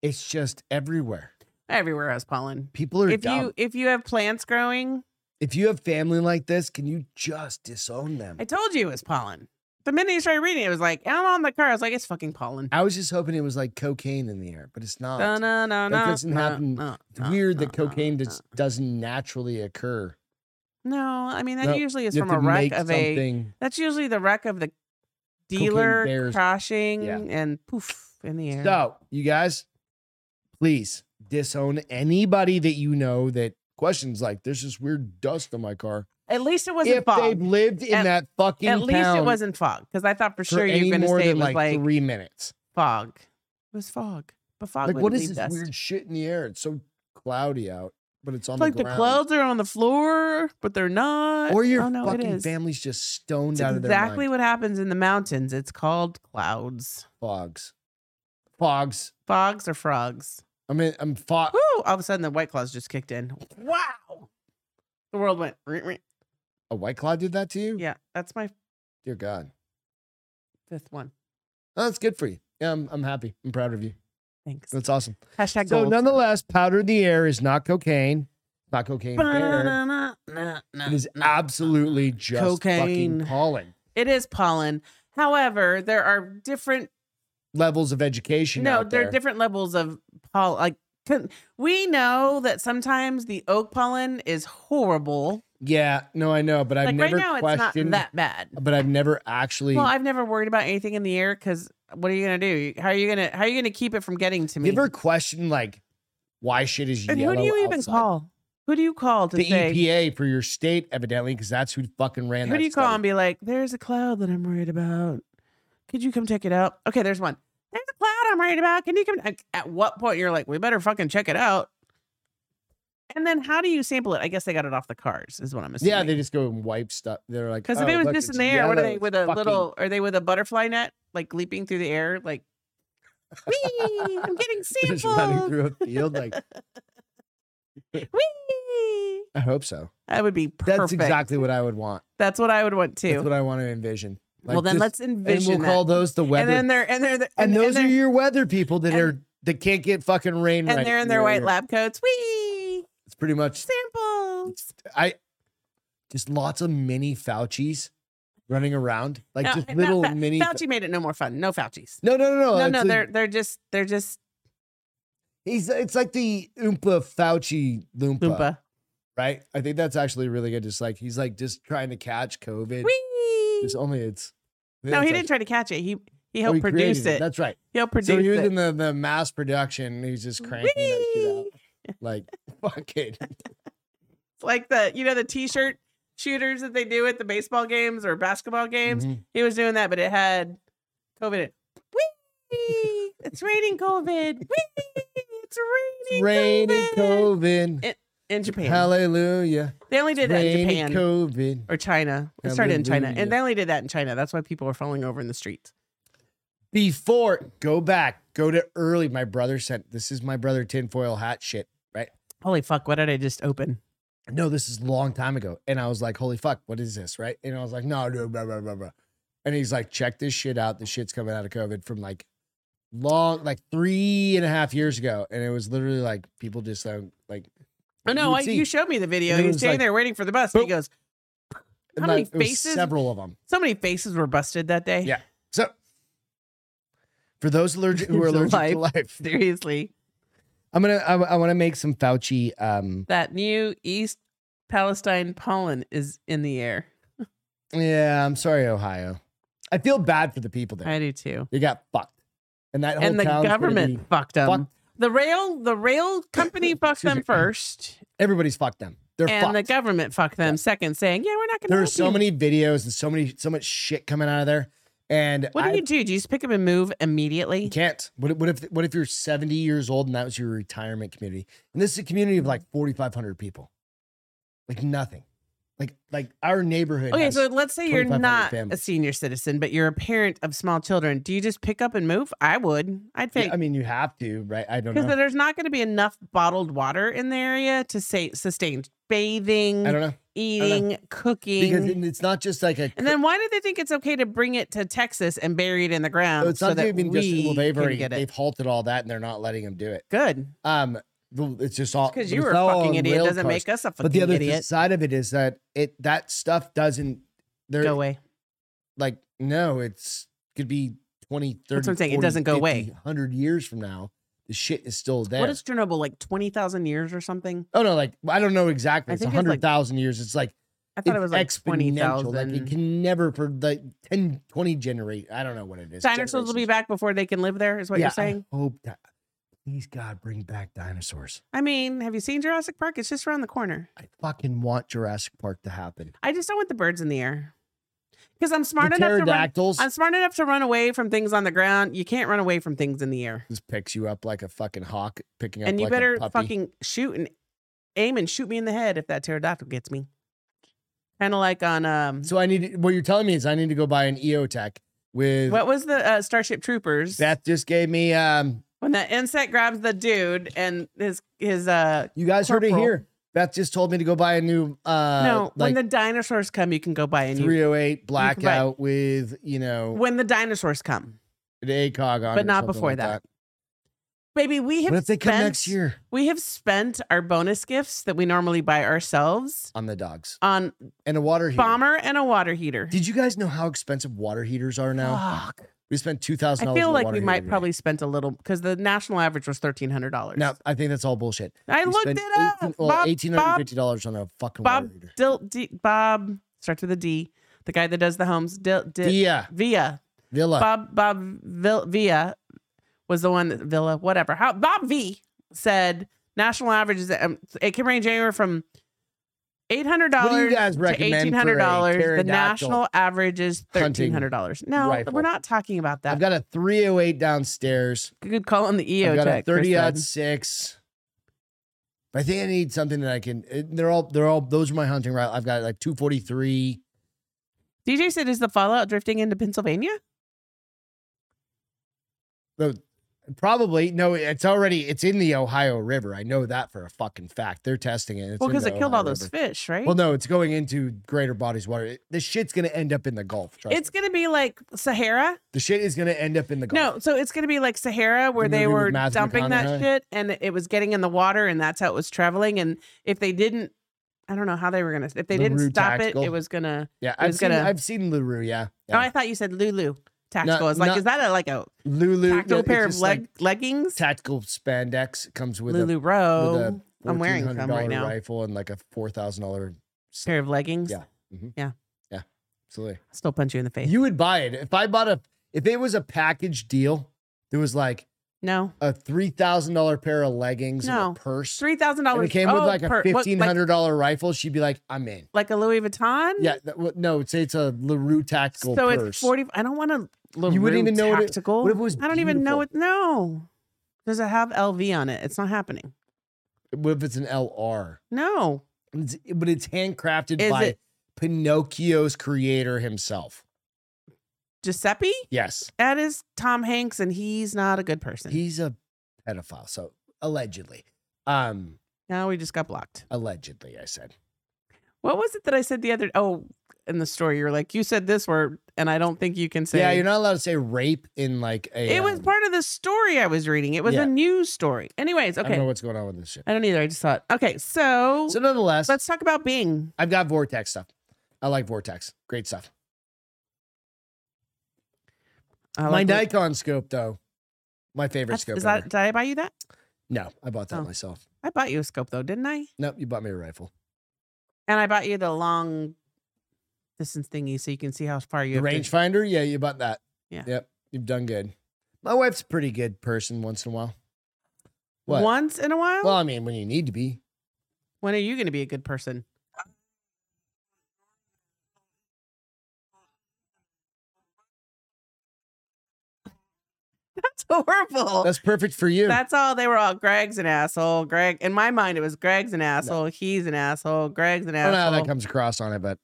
S2: It's just everywhere.
S1: Everywhere has pollen.
S2: People are
S1: If
S2: dumb.
S1: you if you have plants growing,
S2: if you have family like this, can you just disown them?
S1: I told you it was pollen. The minute you started reading, it it was like I'm on the car. I was like, it's fucking pollen.
S2: I was just hoping it was like cocaine in the air, but it's not.
S1: No, no, no,
S2: That
S1: no.
S2: doesn't happen. It's weird that cocaine just doesn't naturally occur.
S1: No, I mean that
S2: No,
S1: usually is
S2: You
S1: from
S2: have
S1: a
S2: to
S1: wreck
S2: make
S1: of a.
S2: something.
S1: That's usually the wreck of the
S2: Cocaine
S1: dealer
S2: bears.
S1: crashing
S2: Yeah.
S1: and poof in the air.
S2: So, you guys, please disown anybody that you know that questions like there's this weird dust on my car.
S1: At least it wasn't
S2: If they
S1: fog.
S2: lived in
S1: At-
S2: that fucking
S1: At least
S2: town
S1: it wasn't fog because I thought for
S2: for
S1: sure
S2: any
S1: you were going to
S2: more
S1: say it
S2: than
S1: was
S2: like,
S1: like,
S2: three minutes.
S1: fog. It was fog, but fog
S2: Like,
S1: wouldn't
S2: what is
S1: leave
S2: this
S1: dust.
S2: weird shit in the air? It's so cloudy out. but it's on
S1: It's
S2: the
S1: like the
S2: ground.
S1: clouds are on the floor, but they're not.
S2: or your
S1: Oh, no, it
S2: fucking
S1: is.
S2: family's just stoned
S1: It's
S2: out of their
S1: exactly
S2: mind.
S1: what happens in the mountains. It's called clouds.
S2: fogs. Fogs.
S1: Fogs or frogs.
S2: I mean, I'm fog.
S1: Woo! All of a sudden, the white claws just kicked in. Wow! The world went. "Ring, ring."
S2: A white claw did that to you?
S1: Yeah, that's my
S2: Dear God,
S1: fifth one.
S2: Oh, that's good for you. Yeah, I'm, I'm happy. I'm proud of you.
S1: Thanks.
S2: That's awesome.
S1: Hashtag
S2: So,
S1: gold.
S2: nonetheless, powder in the air is not cocaine. Not cocaine. Bear. It is absolutely just
S1: Cocaine.
S2: fucking pollen.
S1: It is pollen. However, there are different.
S2: Levels of education.
S1: no,
S2: out
S1: there
S2: there
S1: are different levels of pollen. Like can- we know that sometimes the oak pollen is horrible.
S2: Yeah, no, I know, but I've
S1: like right
S2: never
S1: now, it's
S2: questioned
S1: not that bad.
S2: But I've never actually.
S1: Well, I've never worried about anything in the air because what are you gonna do? How are you gonna how are you gonna keep it from getting to
S2: you
S1: me?
S2: ever questioned like why shit is
S1: and
S2: yellow?
S1: who do you even
S2: outside?
S1: call? Who do you call to
S2: The E
S1: say?
S2: EPA for your state, evidently, because that's who fucking ran.
S1: Who
S2: that
S1: do you call and
S2: study.
S1: be like, there's a cloud that I'm worried about. Could you come check it out? Okay, there's one. There's a cloud I'm worried about. Can you come? like, At what point you're like, we better fucking check it out? And then how do you sample it? I guess they got it off the cars, is what I'm assuming.
S2: Yeah, they just go and wipe stuff. They're like,
S1: Because
S2: oh,
S1: if it was
S2: look,
S1: just in
S2: it's
S1: the air, what are
S2: yellow,
S1: they
S2: it's
S1: with a
S2: fucking-"
S1: little? Are they with a butterfly net, like leaping through the air, like? Wee! I'm getting
S2: They're just running
S1: sampled.
S2: through a field. Like,
S1: Wee!
S2: I hope so.
S1: That would be perfect.
S2: That's exactly what I would want.
S1: That's what I would want too.
S2: That's what I want to envision. Like,
S1: well, then
S2: just-
S1: let's envision
S2: and we'll call
S1: that.
S2: those the
S1: and
S2: weather.
S1: then they're and they're and,
S2: and those
S1: they're,
S2: are your weather people that
S1: and-
S2: are that can't get fucking rain.
S1: and
S2: right
S1: they're in their white
S2: area.
S1: lab coats. Wee!
S2: It's pretty much
S1: Samples.
S2: I just lots of mini Fauci's running around, like
S1: No,
S2: just
S1: no,
S2: little
S1: Fa-
S2: mini.
S1: Fauci made it no more fun. No Fauci's.
S2: No, no, no, no.
S1: No,
S2: it's
S1: no,
S2: a-
S1: they're they're just they're just
S2: he's it's like the Oompa Fauci Loompa,
S1: Loompa.
S2: right? I think that's actually really good. Just like he's like just trying to catch COVID.
S1: Wee!
S2: It's only it's.
S1: No, he didn't try to catch it. He
S2: Oh,
S1: he helped produce
S2: produce
S1: it.
S2: That's right.
S1: He helped
S2: so
S1: produce
S2: he was
S1: it.
S2: in the, the mass production. He's just cranking that shit out. Like fuck it.
S1: It's like the you know the t-shirt shooters that they do at the baseball games or basketball games.
S2: Mhm.
S1: He was doing that, but it had COVID. in it. Whee! It's raining COVID. Whee! It's raining,
S2: Raining
S1: COVID.
S2: COVID.
S1: in Japan.
S2: Hallelujah.
S1: They only did that in
S2: Raining
S1: Japan
S2: COVID.
S1: or China. It started in China,
S2: Hallelujah.
S1: and they only did that in China. That's why people were falling over in the streets.
S2: before go back go to early my brother sent this is my brother tinfoil hat shit
S1: Holy fuck! What did I just open?
S2: no this is a long time ago and i was like holy fuck what is this right and i was like no no blah, blah, blah, blah. and he's like check this shit out the shit's coming out of covid from like long like three and a half years ago and it was literally like people just don't like
S1: Oh no!
S2: would
S1: I,
S2: see.
S1: you showed me the video.
S2: And it
S1: He was
S2: was
S1: standing
S2: like,
S1: there waiting for the bus. and he
S2: boop.
S1: goes,
S2: and,
S1: many
S2: like, it was
S1: faces?
S2: several of them
S1: "So many faces were busted that day."
S2: Yeah. so for those allergic who are
S1: To
S2: allergic to life
S1: Seriously,
S2: i'm gonna i, I want to make some fauci um
S1: that new East Palestine pollen is in the air.
S2: yeah i'm sorry ohio i feel bad for the people there
S1: I do too.
S2: They got fucked. And that whole
S1: And the
S2: town's gonna
S1: government
S2: be
S1: fucked them.
S2: fucked.
S1: The rail, the rail company fucked
S2: Excuse
S1: them
S2: me.
S1: first,
S2: Everybody's fucked them. They're
S1: and
S2: fucked.
S1: the government fucked them second, saying, "Yeah, we're not going to."
S2: there are so many videos and so many so much shit coming out of there. And
S1: What do
S2: I
S1: you do? Do you just pick up and move immediately?
S2: can't. What, if- what if what if you're 70 years old and that was your retirement community? And this is a community of like 4,500 people. Like nothing. Like like our neighborhood.
S1: Okay,
S2: has-
S1: so let's say you're
S2: 2,500
S1: not a
S2: families.
S1: senior citizen, but you're a parent of small children. Do you just pick up and move? I would. I'd
S2: Yeah,
S1: think
S2: I mean, you have to, right? I don't
S1: because
S2: know.
S1: there's not going to be enough bottled water in the area to say sustain bathing,
S2: I don't know
S1: eating, cooking.
S2: because it- it's not just like a.
S1: and then why do they think it's okay to bring it to Texas and bury it in the ground?
S2: so it's not
S1: that
S2: even
S1: we
S2: just well, they've
S1: can
S2: already
S1: get it.
S2: they've halted all that and they're not letting them do it.
S1: Good,
S2: Um, the- it's just all
S1: because
S2: but
S1: you
S2: it's
S1: were a
S2: all
S1: fucking
S2: on
S1: idiot.
S2: rail
S1: Doesn't
S2: cars.
S1: make us a fucking
S2: but the other
S1: idiot.
S2: side of it is that it that stuff doesn't there
S1: Go away.
S2: like no it's could be 20 30
S1: That's what I'm saying, it doesn't go away.
S2: 100 years from now the shit is still there
S1: What is Chernobyl like? Twenty thousand years or something?
S2: oh no like i don't know exactly
S1: I
S2: it's
S1: think it's like-
S2: 100000 years it's like
S1: I thought it was like
S2: exponential
S1: twenty
S2: like it
S1: thousand.
S2: can never for like 10 20 generate i don't know what it is
S1: Dinosaurs will be
S2: generations.
S1: back before they can live there. Is what
S2: yeah,
S1: you're saying?
S2: i hope that please god bring back dinosaurs
S1: I mean, have you seen Jurassic Park? It's just around the corner.
S2: i fucking want jurassic park to happen
S1: I just don't want the birds in the air. Because I'm smart
S2: the
S1: enough to run,
S2: pterodactyls
S1: I'm smart enough to run away from things on the ground. You can't run away from things in the air.
S2: just picks you up like a fucking hawk picking up
S1: and you
S2: like a
S1: better
S2: puppy.
S1: fucking shoot and aim and shoot me in the head if that pterodactyl gets me. Kind of like on um,
S2: So I need what you're telling me is I need to go buy an EOTech with
S1: what was the uh, Starship Troopers?
S2: Beth just gave me um
S1: when that insect grabs the dude and his his uh
S2: you guys heard it
S1: Corporal.
S2: here. Beth just told me to go buy a new uh
S1: no when
S2: like
S1: the dinosaurs come you can go buy a new buy-
S2: 308 blackout with, you know,
S1: when the dinosaurs come
S2: an ACOG on it. or
S1: But not
S2: something
S1: before
S2: like
S1: that. baby we have
S2: What if they come
S1: spent-
S2: next year
S1: we have spent our bonus gifts that we normally buy ourselves
S2: on the dogs
S1: on
S2: and a water heater?
S1: bomber and a water heater
S2: Did you guys know how expensive water heaters are now?
S1: Fuck.
S2: We spent two thousand
S1: Ah. I
S2: dollars.
S1: feel like we might probably spent a little because the national average was thirteen hundred dollars.
S2: No, I think that's all bullshit.
S1: I
S2: We
S1: looked
S2: spent
S1: it up.
S2: 18
S1: Bob-
S2: well, eighteen hundred
S1: Bob
S2: fifty dollars on a fucking
S1: Bob
S2: water heater.
S1: Dil, D, Bob starts with a D. The guy that does the homes. Dil, Dil,
S2: Yeah,
S1: Via
S2: Villa.
S1: Bob Bob Vil, Villa was the one that Villa whatever. How Bob V said national average is um, it can range anywhere from eight hundred
S2: what do you
S1: dollars
S2: guys
S1: to
S2: recommend
S1: eighteen
S2: for
S1: hundred
S2: a
S1: dollars. The
S2: pterodactyl?
S1: national average is
S2: hunting
S1: thirteen hundred dollars. No,
S2: rifle?
S1: we're not talking about that.
S2: I've got a 308 downstairs.
S1: Good call on the E EO
S2: I've got a
S1: tech.
S2: 30
S1: Kristen.
S2: odd six. But I think I need something that I can. it- They're all. They're all. Those are my hunting rifle. I've got like 243.
S1: DJ said, "Is the fallout drifting into Pennsylvania?"
S2: No, Probably no. It's already. It's in the Ohio River. I know that for a fucking fact. They're testing it. It's
S1: well,
S2: in
S1: because
S2: the
S1: it killed
S2: Ohio
S1: all those
S2: River.
S1: fish, right?
S2: Well, no, it's going into greater bodies of water. It- This shit's gonna end up in the Gulf. Trust
S1: it's
S2: me.
S1: gonna be like Sahara.
S2: the shit is gonna end up in the Gulf.
S1: No, so it's going to be like Sahara where
S2: The
S1: they
S2: movie with
S1: were
S2: Matthew
S1: dumping
S2: McConaughey.
S1: that shit and it was getting in the water and that's how it was traveling and if they didn't I don't know how they were going to if they
S2: The
S1: didn't
S2: Rue
S1: stop
S2: Tactical.
S1: it it was going to
S2: yeah,
S1: it
S2: I've
S1: was
S2: seen.
S1: gonna-
S2: I've seen Luru. Yeah,
S1: Oh,
S2: yeah.
S1: I thought you said Lulu tactical. I was like
S2: not-
S1: is that a like a
S2: Lulu
S1: tactical
S2: yeah, it's
S1: pair of
S2: just
S1: leg
S2: like
S1: leggings?
S2: tactical spandex It comes with
S1: Lulu
S2: a with
S1: Row.
S2: a
S1: I'm wearing some right
S2: $1,400
S1: now.
S2: rifle and like a four thousand dollar.
S1: Pair of leggings.
S2: Yeah. Mhm.
S1: Yeah.
S2: yeah, absolutely.
S1: I'll Still punch you in the face.
S2: You would buy it if I bought a if it was a package deal. There was like
S1: no.
S2: a three thousand dollar pair of leggings
S1: No.
S2: and a purse.
S1: $3,000.
S2: and it came
S1: oh,
S2: with like a
S1: per- what,
S2: fifteen
S1: like,
S2: hundred dollar rifle. She'd be like, "I'm in."
S1: like a Louis Vuitton?
S2: Yeah, that, w- no, say it's a Larue tactical.
S1: So
S2: purse.
S1: it's 40 I don't want to
S2: You wouldn't even know what it-
S1: tactical.
S2: What if it was?
S1: I don't even know
S2: beautiful?
S1: what. No. Does it have LV on it? It's not happening.
S2: What if it's an LR?
S1: No.
S2: It's, but it's handcrafted
S1: Is
S2: by
S1: it-
S2: Pinocchio's creator himself.
S1: Giuseppe?
S2: Yes,
S1: That is Tom Hanks, and he's not a good person.
S2: he's a pedophile. So allegedly, um,
S1: now we just got blocked.
S2: allegedly, I said.
S1: What was it that I said the other Oh, in the story, you're like, you said this word, and I don't think you can say
S2: yeah, you're not allowed to say rape in like a.
S1: It was
S2: um,
S1: part of the story I was reading. It was
S2: Yeah.
S1: a news story. Anyways,
S2: I don't know
S1: okay.
S2: what's going on with this shit.
S1: I don't either. I just thought, okay, so,
S2: So nonetheless,
S1: let's talk about Bing.
S2: I've got Vortex stuff. I like Vortex. Great stuff.
S1: I
S2: my
S1: like the-
S2: Nikon scope, though, my favorite
S1: That's-
S2: scope.
S1: Is
S2: ever.
S1: that, did I buy you that?
S2: No, I bought that
S1: Oh.
S2: myself.
S1: I bought you a scope, though, didn't I?
S2: Nope, you bought me a rifle.
S1: And I bought you the long distance thingy so you can see how far you
S2: The
S1: have to-
S2: rangefinder, yeah, you bought that.
S1: Yeah.
S2: Yep, you've done good. My wife's a pretty good person once in a while. What?
S1: once in a while.
S2: Well, I mean, when you need to be.
S1: when are you going to be a good person? That's horrible. That's,
S2: That's perfect for you.
S1: all they were all. Greg's an asshole. Greg. In my mind, it was Greg's an asshole. He's an asshole. Greg's an
S2: I don't know how
S1: asshole.
S2: that comes across on it, but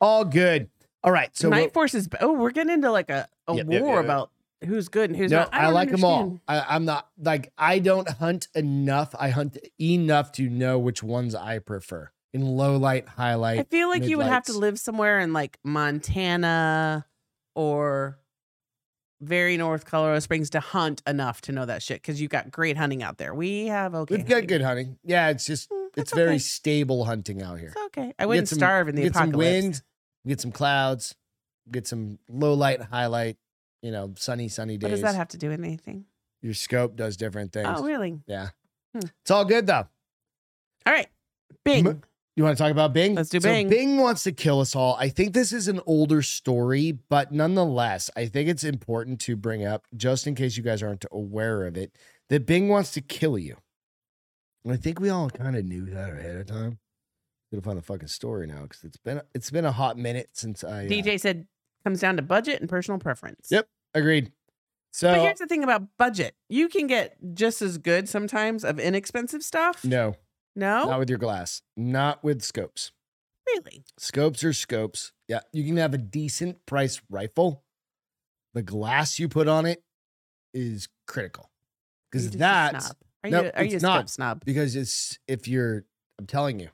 S2: all good. All right. So
S1: Night
S2: what-
S1: Force is. Oh, we're getting into like a, a
S2: Yeah, yeah,
S1: war
S2: yeah.
S1: about who's good and who's
S2: no,
S1: not.
S2: I,
S1: don't
S2: like them all.
S1: understand.
S2: I, I'm not like I don't hunt enough. I hunt enough to know which ones I prefer in low light, high
S1: I
S2: light.
S1: feel like you would have to
S2: mid-lights.
S1: live somewhere in like Montana or very north Colorado Springs to hunt enough to know that shit because you've got great hunting out there. We have okay.
S2: We've got
S1: hunting.
S2: good hunting. Yeah, it's just
S1: Mm,
S2: it's
S1: that's
S2: very
S1: okay.
S2: stable hunting out here.
S1: It's okay. I wouldn't
S2: some-
S1: starve in the
S2: get some
S1: apocalypse.
S2: wind, get some clouds, get some low light, high light. You know, sunny, sunny
S1: What
S2: days.
S1: does that have to do with anything?
S2: Your scope does different things.
S1: Oh, really?
S2: Yeah.
S1: Hmm.
S2: It's all good though.
S1: All right. Bing.
S2: M- You want to talk about Bing?
S1: Let's do
S2: So
S1: Bing.
S2: Bing wants to kill us all. I think this is an older story, but nonetheless, I think it's important to bring up, just in case you guys aren't aware of it, that Bing wants to kill you. And I think we all kind of knew that ahead of time. Gonna find the fucking story now because it's been it's been a hot minute since I uh,
S1: DJ said comes down to budget and personal preference.
S2: Yep. agreed.
S1: But
S2: So
S1: here's the thing about budget. You can get just as good sometimes of inexpensive stuff.
S2: no,
S1: No,
S2: Not with your glass. Not with scopes.
S1: really.
S2: Scopes are scopes. Yeah, you can have a decent price rifle. The glass you put on it is critical
S1: You're
S2: because
S1: just a
S2: that's
S1: snob. Are
S2: no,
S1: you? Are you
S2: it's
S1: a
S2: not.
S1: scope snob?
S2: because it's if you're. I'm telling you,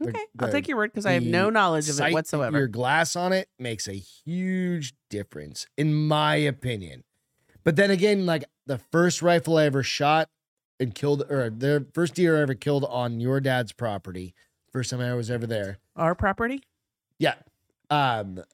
S2: the-
S1: Okay, I'll
S2: the
S1: take your word because I have no
S2: the
S1: knowledge of
S2: sight that
S1: it whatsoever.
S2: Your glass on it makes a huge difference, in my opinion. But then again, like the first rifle I ever shot and killed, or the first deer I ever killed on your dad's property, first time I was ever there,
S1: Our property.
S2: yeah, um,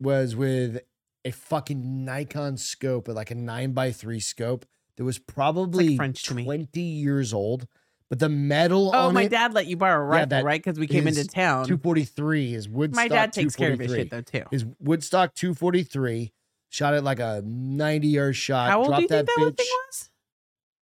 S2: was with a fucking Nikon scope, like a nine by three scope that was probably
S1: French to me.
S2: twenty years old, but the metal
S1: Oh,
S2: on
S1: my
S2: it,
S1: dad let you borrow a
S2: Yeah,
S1: rifle,
S2: that
S1: right? Because we came into
S2: is
S1: town.
S2: two forty three is Woodstock.
S1: my dad takes care of his
S2: 243.
S1: shit though too.
S2: His Woodstock 243 shot it like a 90 yard shot.
S1: How old do
S2: dropped
S1: you think that,
S2: bitch.
S1: thing was?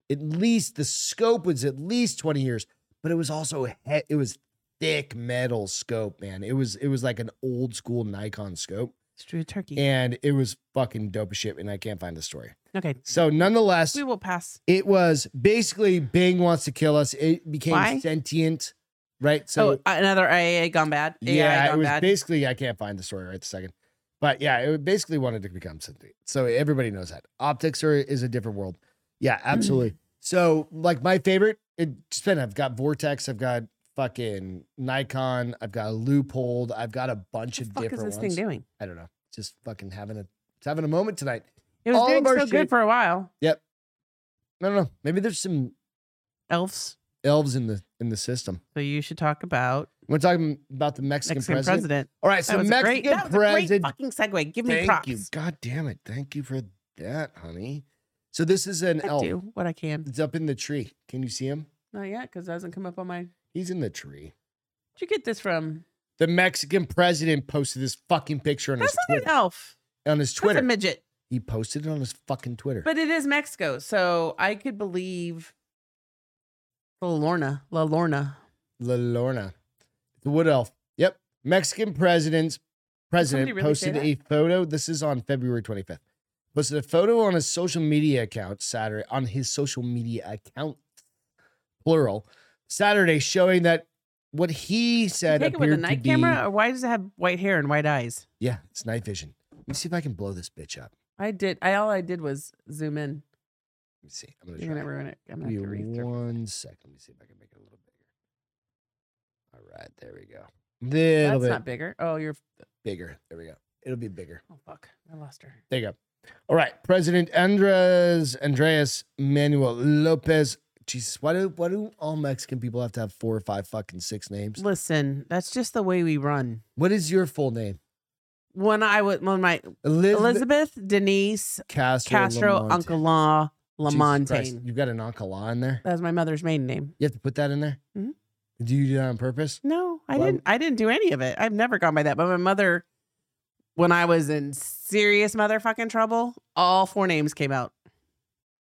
S2: At least the scope was at least 20 years, but it was also he- it was thick metal scope, man. It was it was like an old school Nikon scope,
S1: Street turkey.
S2: and it was fucking dope as shit. And I can't find the story.
S1: okay,
S2: So nonetheless,
S1: we will pass.
S2: it was basically Bing wants to kill us. It became
S1: Why?
S2: sentient, right? So
S1: oh, another IA gone bad. AI
S2: yeah, it
S1: gone
S2: was
S1: bad.
S2: basically I can't find the story right the second, but yeah, it basically wanted to become something. So everybody knows that optics are is a different world. Yeah, absolutely. so like my favorite, it's been I've got Vortex, I've got fucking Nikon, I've got a Loophole, I've got a bunch
S1: what the
S2: of
S1: fuck is
S2: different
S1: this
S2: ones.
S1: thing doing?
S2: I don't know, just fucking having a it's having a moment tonight.
S1: It was
S2: All
S1: doing
S2: of our
S1: so
S2: shit-
S1: good for a while.
S2: I don't know, maybe there's some
S1: Elves.
S2: elves in the in the system.
S1: So you should talk about
S2: We're talking about the Mexican,
S1: Mexican
S2: president.
S1: president.
S2: All right, so
S1: That was a
S2: Mexican
S1: great. That was a
S2: president.
S1: great fucking segue. Give me
S2: Thank
S1: props.
S2: you. God damn it. Thank you for that, honey. So this is an
S1: I
S2: elf.
S1: do what I can.
S2: It's up in the tree. Can you see him?
S1: Not yet, because it hasn't come up on my. Did
S2: He's in the tree.
S1: you get this from?
S2: The Mexican president posted this fucking picture on
S1: That's
S2: his
S1: not
S2: Twitter.
S1: an elf.
S2: On his Twitter.
S1: That's a midget.
S2: he posted it on his fucking Twitter.
S1: But it is Mexico, so I could believe. La Lorna, La Lorna.
S2: La Lorna. The wood elf. Yep. Mexican president's president
S1: really say
S2: posted
S1: that?
S2: a photo. This is on February 25th. Posted a photo on his social media account Saturday on his social media account plural Saturday showing that what he said
S1: Take it with a
S2: appeared to
S1: night
S2: be
S1: camera, or why does it have white hair and white eyes?
S2: yeah, it's night vision. Let me see if I can blow this bitch up.
S1: I did. I all I did was zoom in.
S2: Let me see. I'm gonna
S1: You're
S2: try.
S1: gonna ruin it. I'm gonna have to
S2: Give me
S1: read
S2: one second. Let me see if I can make it a little bigger. All right, there we go. Little
S1: That's
S2: bit
S1: not bigger. Oh, you're.
S2: bigger. There we go. It'll be bigger.
S1: Oh fuck! I lost her.
S2: There you go. All right, President Andres Andreas Manuel Lopez. Jesus, why do why do all Mexican people have to have four or five fucking six names?
S1: Listen, that's just the way we run.
S2: What is your full name?
S1: When I was when my
S2: Elizabeth,
S1: Elizabeth Denise
S2: Castro,
S1: Castro
S2: Lamonte.
S1: Uncle Law
S2: Jesus Christ,
S1: Lamontagne.
S2: You got an Uncle Law in there.
S1: That was my mother's maiden name.
S2: You have to put that in there.
S1: Mhm.
S2: Do you do that on purpose?
S1: No, I
S2: Why-
S1: didn't. I didn't do any of it. I've never gone by that. But my mother, when I was in serious motherfucking trouble, all four names came out.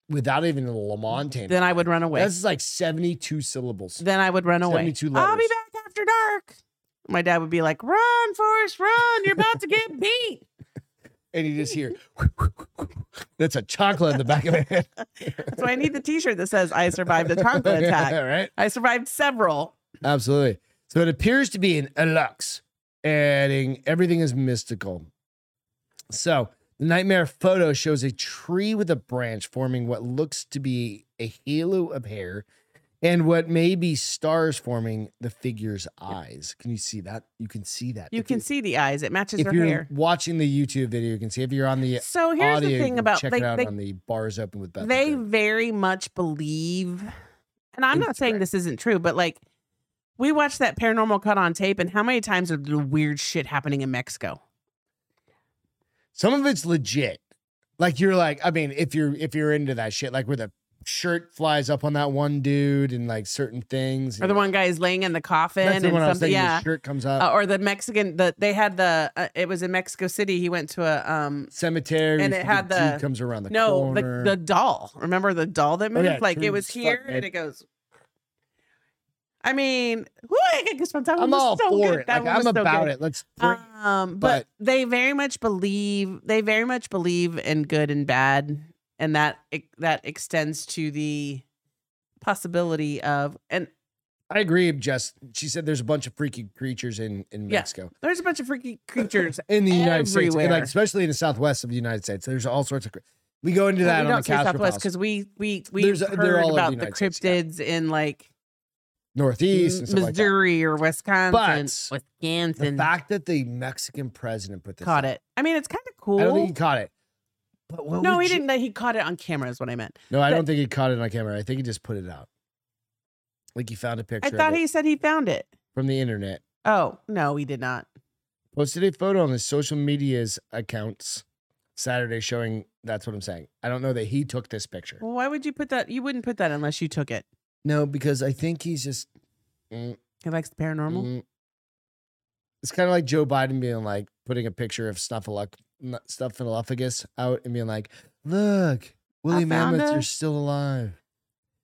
S2: Without even a Lamontagne.
S1: Then I would run away.
S2: That's like seventy-two syllables.
S1: Then I would run away.
S2: 72
S1: I'll be
S2: letters.
S1: back after dark. My dad would be like, "Run, Forrest, run! You're about to get beat."
S2: And you just hear that's a chocolate in the back of my head.
S1: So I need the T-shirt that says "I survived a chocolate attack."
S2: All right.
S1: I survived several.
S2: Absolutely. So it appears to be an elux, adding everything is mystical. So the nightmare photo shows a tree with a branch forming what looks to be a halo of hair and what may be stars forming the figure's eyes. Can you see that? You can see that.
S1: You
S2: If
S1: can see the eyes; it matches
S2: If
S1: her
S2: you're
S1: hair.
S2: watching the YouTube video, you can see if you're on the
S1: So here's
S2: audio,
S1: the
S2: you
S1: thing
S2: can
S1: about
S2: check
S1: they,
S2: it out
S1: they
S2: on the bars open with Beth.
S1: they
S2: McGrath.
S1: very much believe and i'm not saying
S2: Instagram.
S1: this isn't true but like we watched that paranormal cut on tape and how many times are the weird shit happening in mexico
S2: some of it's legit. Like you're like, I mean, if you're if you're into that shit, like where the shirt flies up on that one dude and like certain things.
S1: or the one guy is laying in the coffin
S2: that's the
S1: and
S2: one I was
S1: something
S2: thinking.
S1: yeah
S2: The shirt comes up.
S1: Uh, or the mexican the they had the uh, it was in mexico city he went to a um
S2: Cemetery.
S1: and
S2: you
S1: it
S2: see
S1: had
S2: dude
S1: the-
S2: comes around the
S1: no
S2: corner.
S1: the, the doll remember the doll that
S2: Oh,
S1: moved
S2: yeah,
S1: like it
S2: turned
S1: was
S2: stuck
S1: here
S2: head.
S1: and it goes i mean whoo, i get goosebumps That one
S2: I'm
S1: was
S2: all
S1: so
S2: for
S1: good.
S2: it.
S1: That
S2: Like
S1: one
S2: I'm
S1: was so
S2: about
S1: good.
S2: it. Let's bring,
S1: Um,
S2: but-
S1: but, they very much believe they very much believe in good and bad, and e, that that extends to the possibility of and
S2: I agree, Jess. She said there's a bunch of freaky creatures in in
S1: Yeah.
S2: Mexico.
S1: There's a bunch of freaky creatures.
S2: in the United States, and
S1: Everywhere.
S2: like especially in the Southwest of the United States. There's all sorts of. cr- We go into that
S1: we
S2: on
S1: don't
S2: the
S1: say
S2: Castro
S1: Southwest
S2: Files.
S1: because we we we
S2: There's- they're
S1: heard
S2: all over the
S1: about the,
S2: United States, yeah.
S1: cryptids in like
S2: Northeast and stuff like that.
S1: Missouri or Wisconsin.
S2: But The
S1: Wisconsin
S2: fact that the Mexican president put this
S1: caught
S2: out,
S1: it. I mean, it's kind of cool.
S2: I don't think he caught it. But what
S1: no,
S2: would
S1: he
S2: you-
S1: didn't. He caught it on camera. Is what I meant.
S2: No, I
S1: But-
S2: don't think he caught it on camera. I think he just put it out. Like he found a picture
S1: I
S2: of
S1: thought
S2: it
S1: he said he found it.
S2: from the internet.
S1: Oh no, he did not.
S2: Posted a photo on his social media's accounts Saturday showing that's what I'm saying. I don't know that he took this picture.
S1: Well, why would you put that? You wouldn't put that unless you took it.
S2: No, because I think he's just mm,
S1: He likes the paranormal.
S2: Mm. It's kind of like Joe Biden being like putting a picture of Snuffleup- n- Snuffleupagus out and being like, "Look, woolly
S1: found
S2: mammoths are
S1: it."
S2: still alive."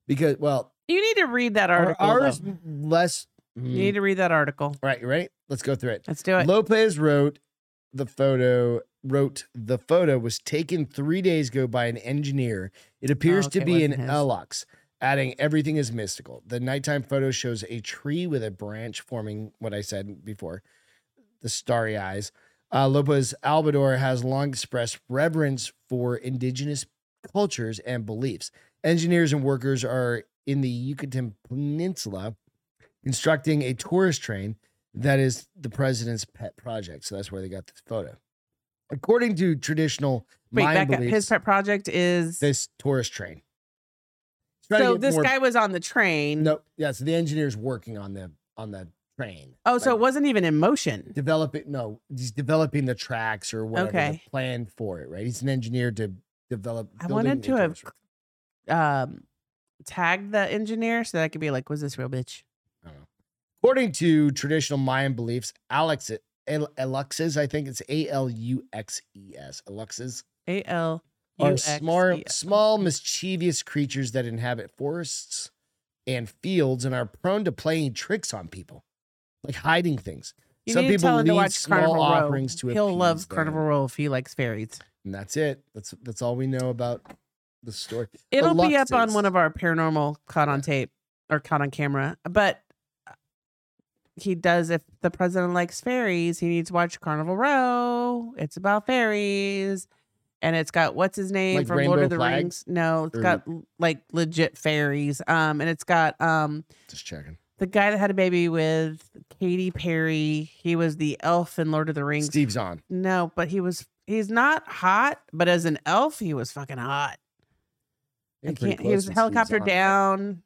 S2: Because well,
S1: You need to read that
S2: our,
S1: article.
S2: ours
S1: though. Mm-hmm.
S2: less.
S1: You need to read that article.
S2: All right, you ready? Let's go through it.
S1: Let's do it.
S2: Lopez wrote the photo. Wrote the photo was taken three days ago by an engineer. It appears to
S1: Oh, okay, it
S2: be an
S1: wasn't his.
S2: Elux, adding everything is mystical. The nighttime photo shows a tree with a branch forming what I said before, the starry eyes. Uh, Lopez Albador has long expressed reverence for indigenous cultures and beliefs. Engineers and workers are in the Yucatan Peninsula constructing a tourist train that is the president's pet project. So that's where they got this photo. According to traditional
S1: Wait,
S2: Mayan
S1: back up. His
S2: beliefs,
S1: pet project is
S2: this tourist train. He's trying to
S1: so
S2: get
S1: this
S2: more-
S1: guy was on the train.
S2: No, yeah. So the engineer's working on the on the train.
S1: Oh, so
S2: Like,
S1: it wasn't even in motion.
S2: developing no he's developing the tracks or whatever the
S1: Okay.
S2: plan for it right he's an engineer to develop
S1: I
S2: building
S1: wanted to have
S2: infrastructure.
S1: um tagged the engineer so that I could be like, was this real bitch?
S2: I don't know. according to traditional mayan beliefs alex El- eluxes i think it's a-l-u-x-e-s eluxes
S1: A L
S2: E
S1: E
S2: are small small mischievous creatures that inhabit forests and fields and are prone to playing tricks on people like hiding things
S1: You
S2: some
S1: need to
S2: people
S1: tell him to
S2: leave
S1: watch
S2: small
S1: Carnival
S2: offerings to
S1: Row. He'll
S2: appease
S1: love
S2: them.
S1: Carnival Row if he likes fairies.
S2: and that's it that's that's all we know about the story
S1: It'll be up on
S2: Luxes.
S1: one of our paranormal caught on tape or caught on camera. But uh, he does if the president likes fairies, he needs to watch Carnival Row. It's about fairies. And it's got what's his name
S2: Like
S1: from Lord
S2: Rainbow
S1: of the
S2: Flag?
S1: Rings. No, it's
S2: Or-
S1: got l- like legit fairies. Um, and it's got um
S2: Just checking.
S1: the guy that had a baby with Katy Perry. He was the elf in Lord of the Rings.
S2: Steve's on.
S1: No, but he was he's not hot, but as an elf, he was fucking hot. I
S2: I'm pretty
S1: can't. He
S2: close
S1: was
S2: with Steve's
S1: helicopter
S2: on.
S1: down.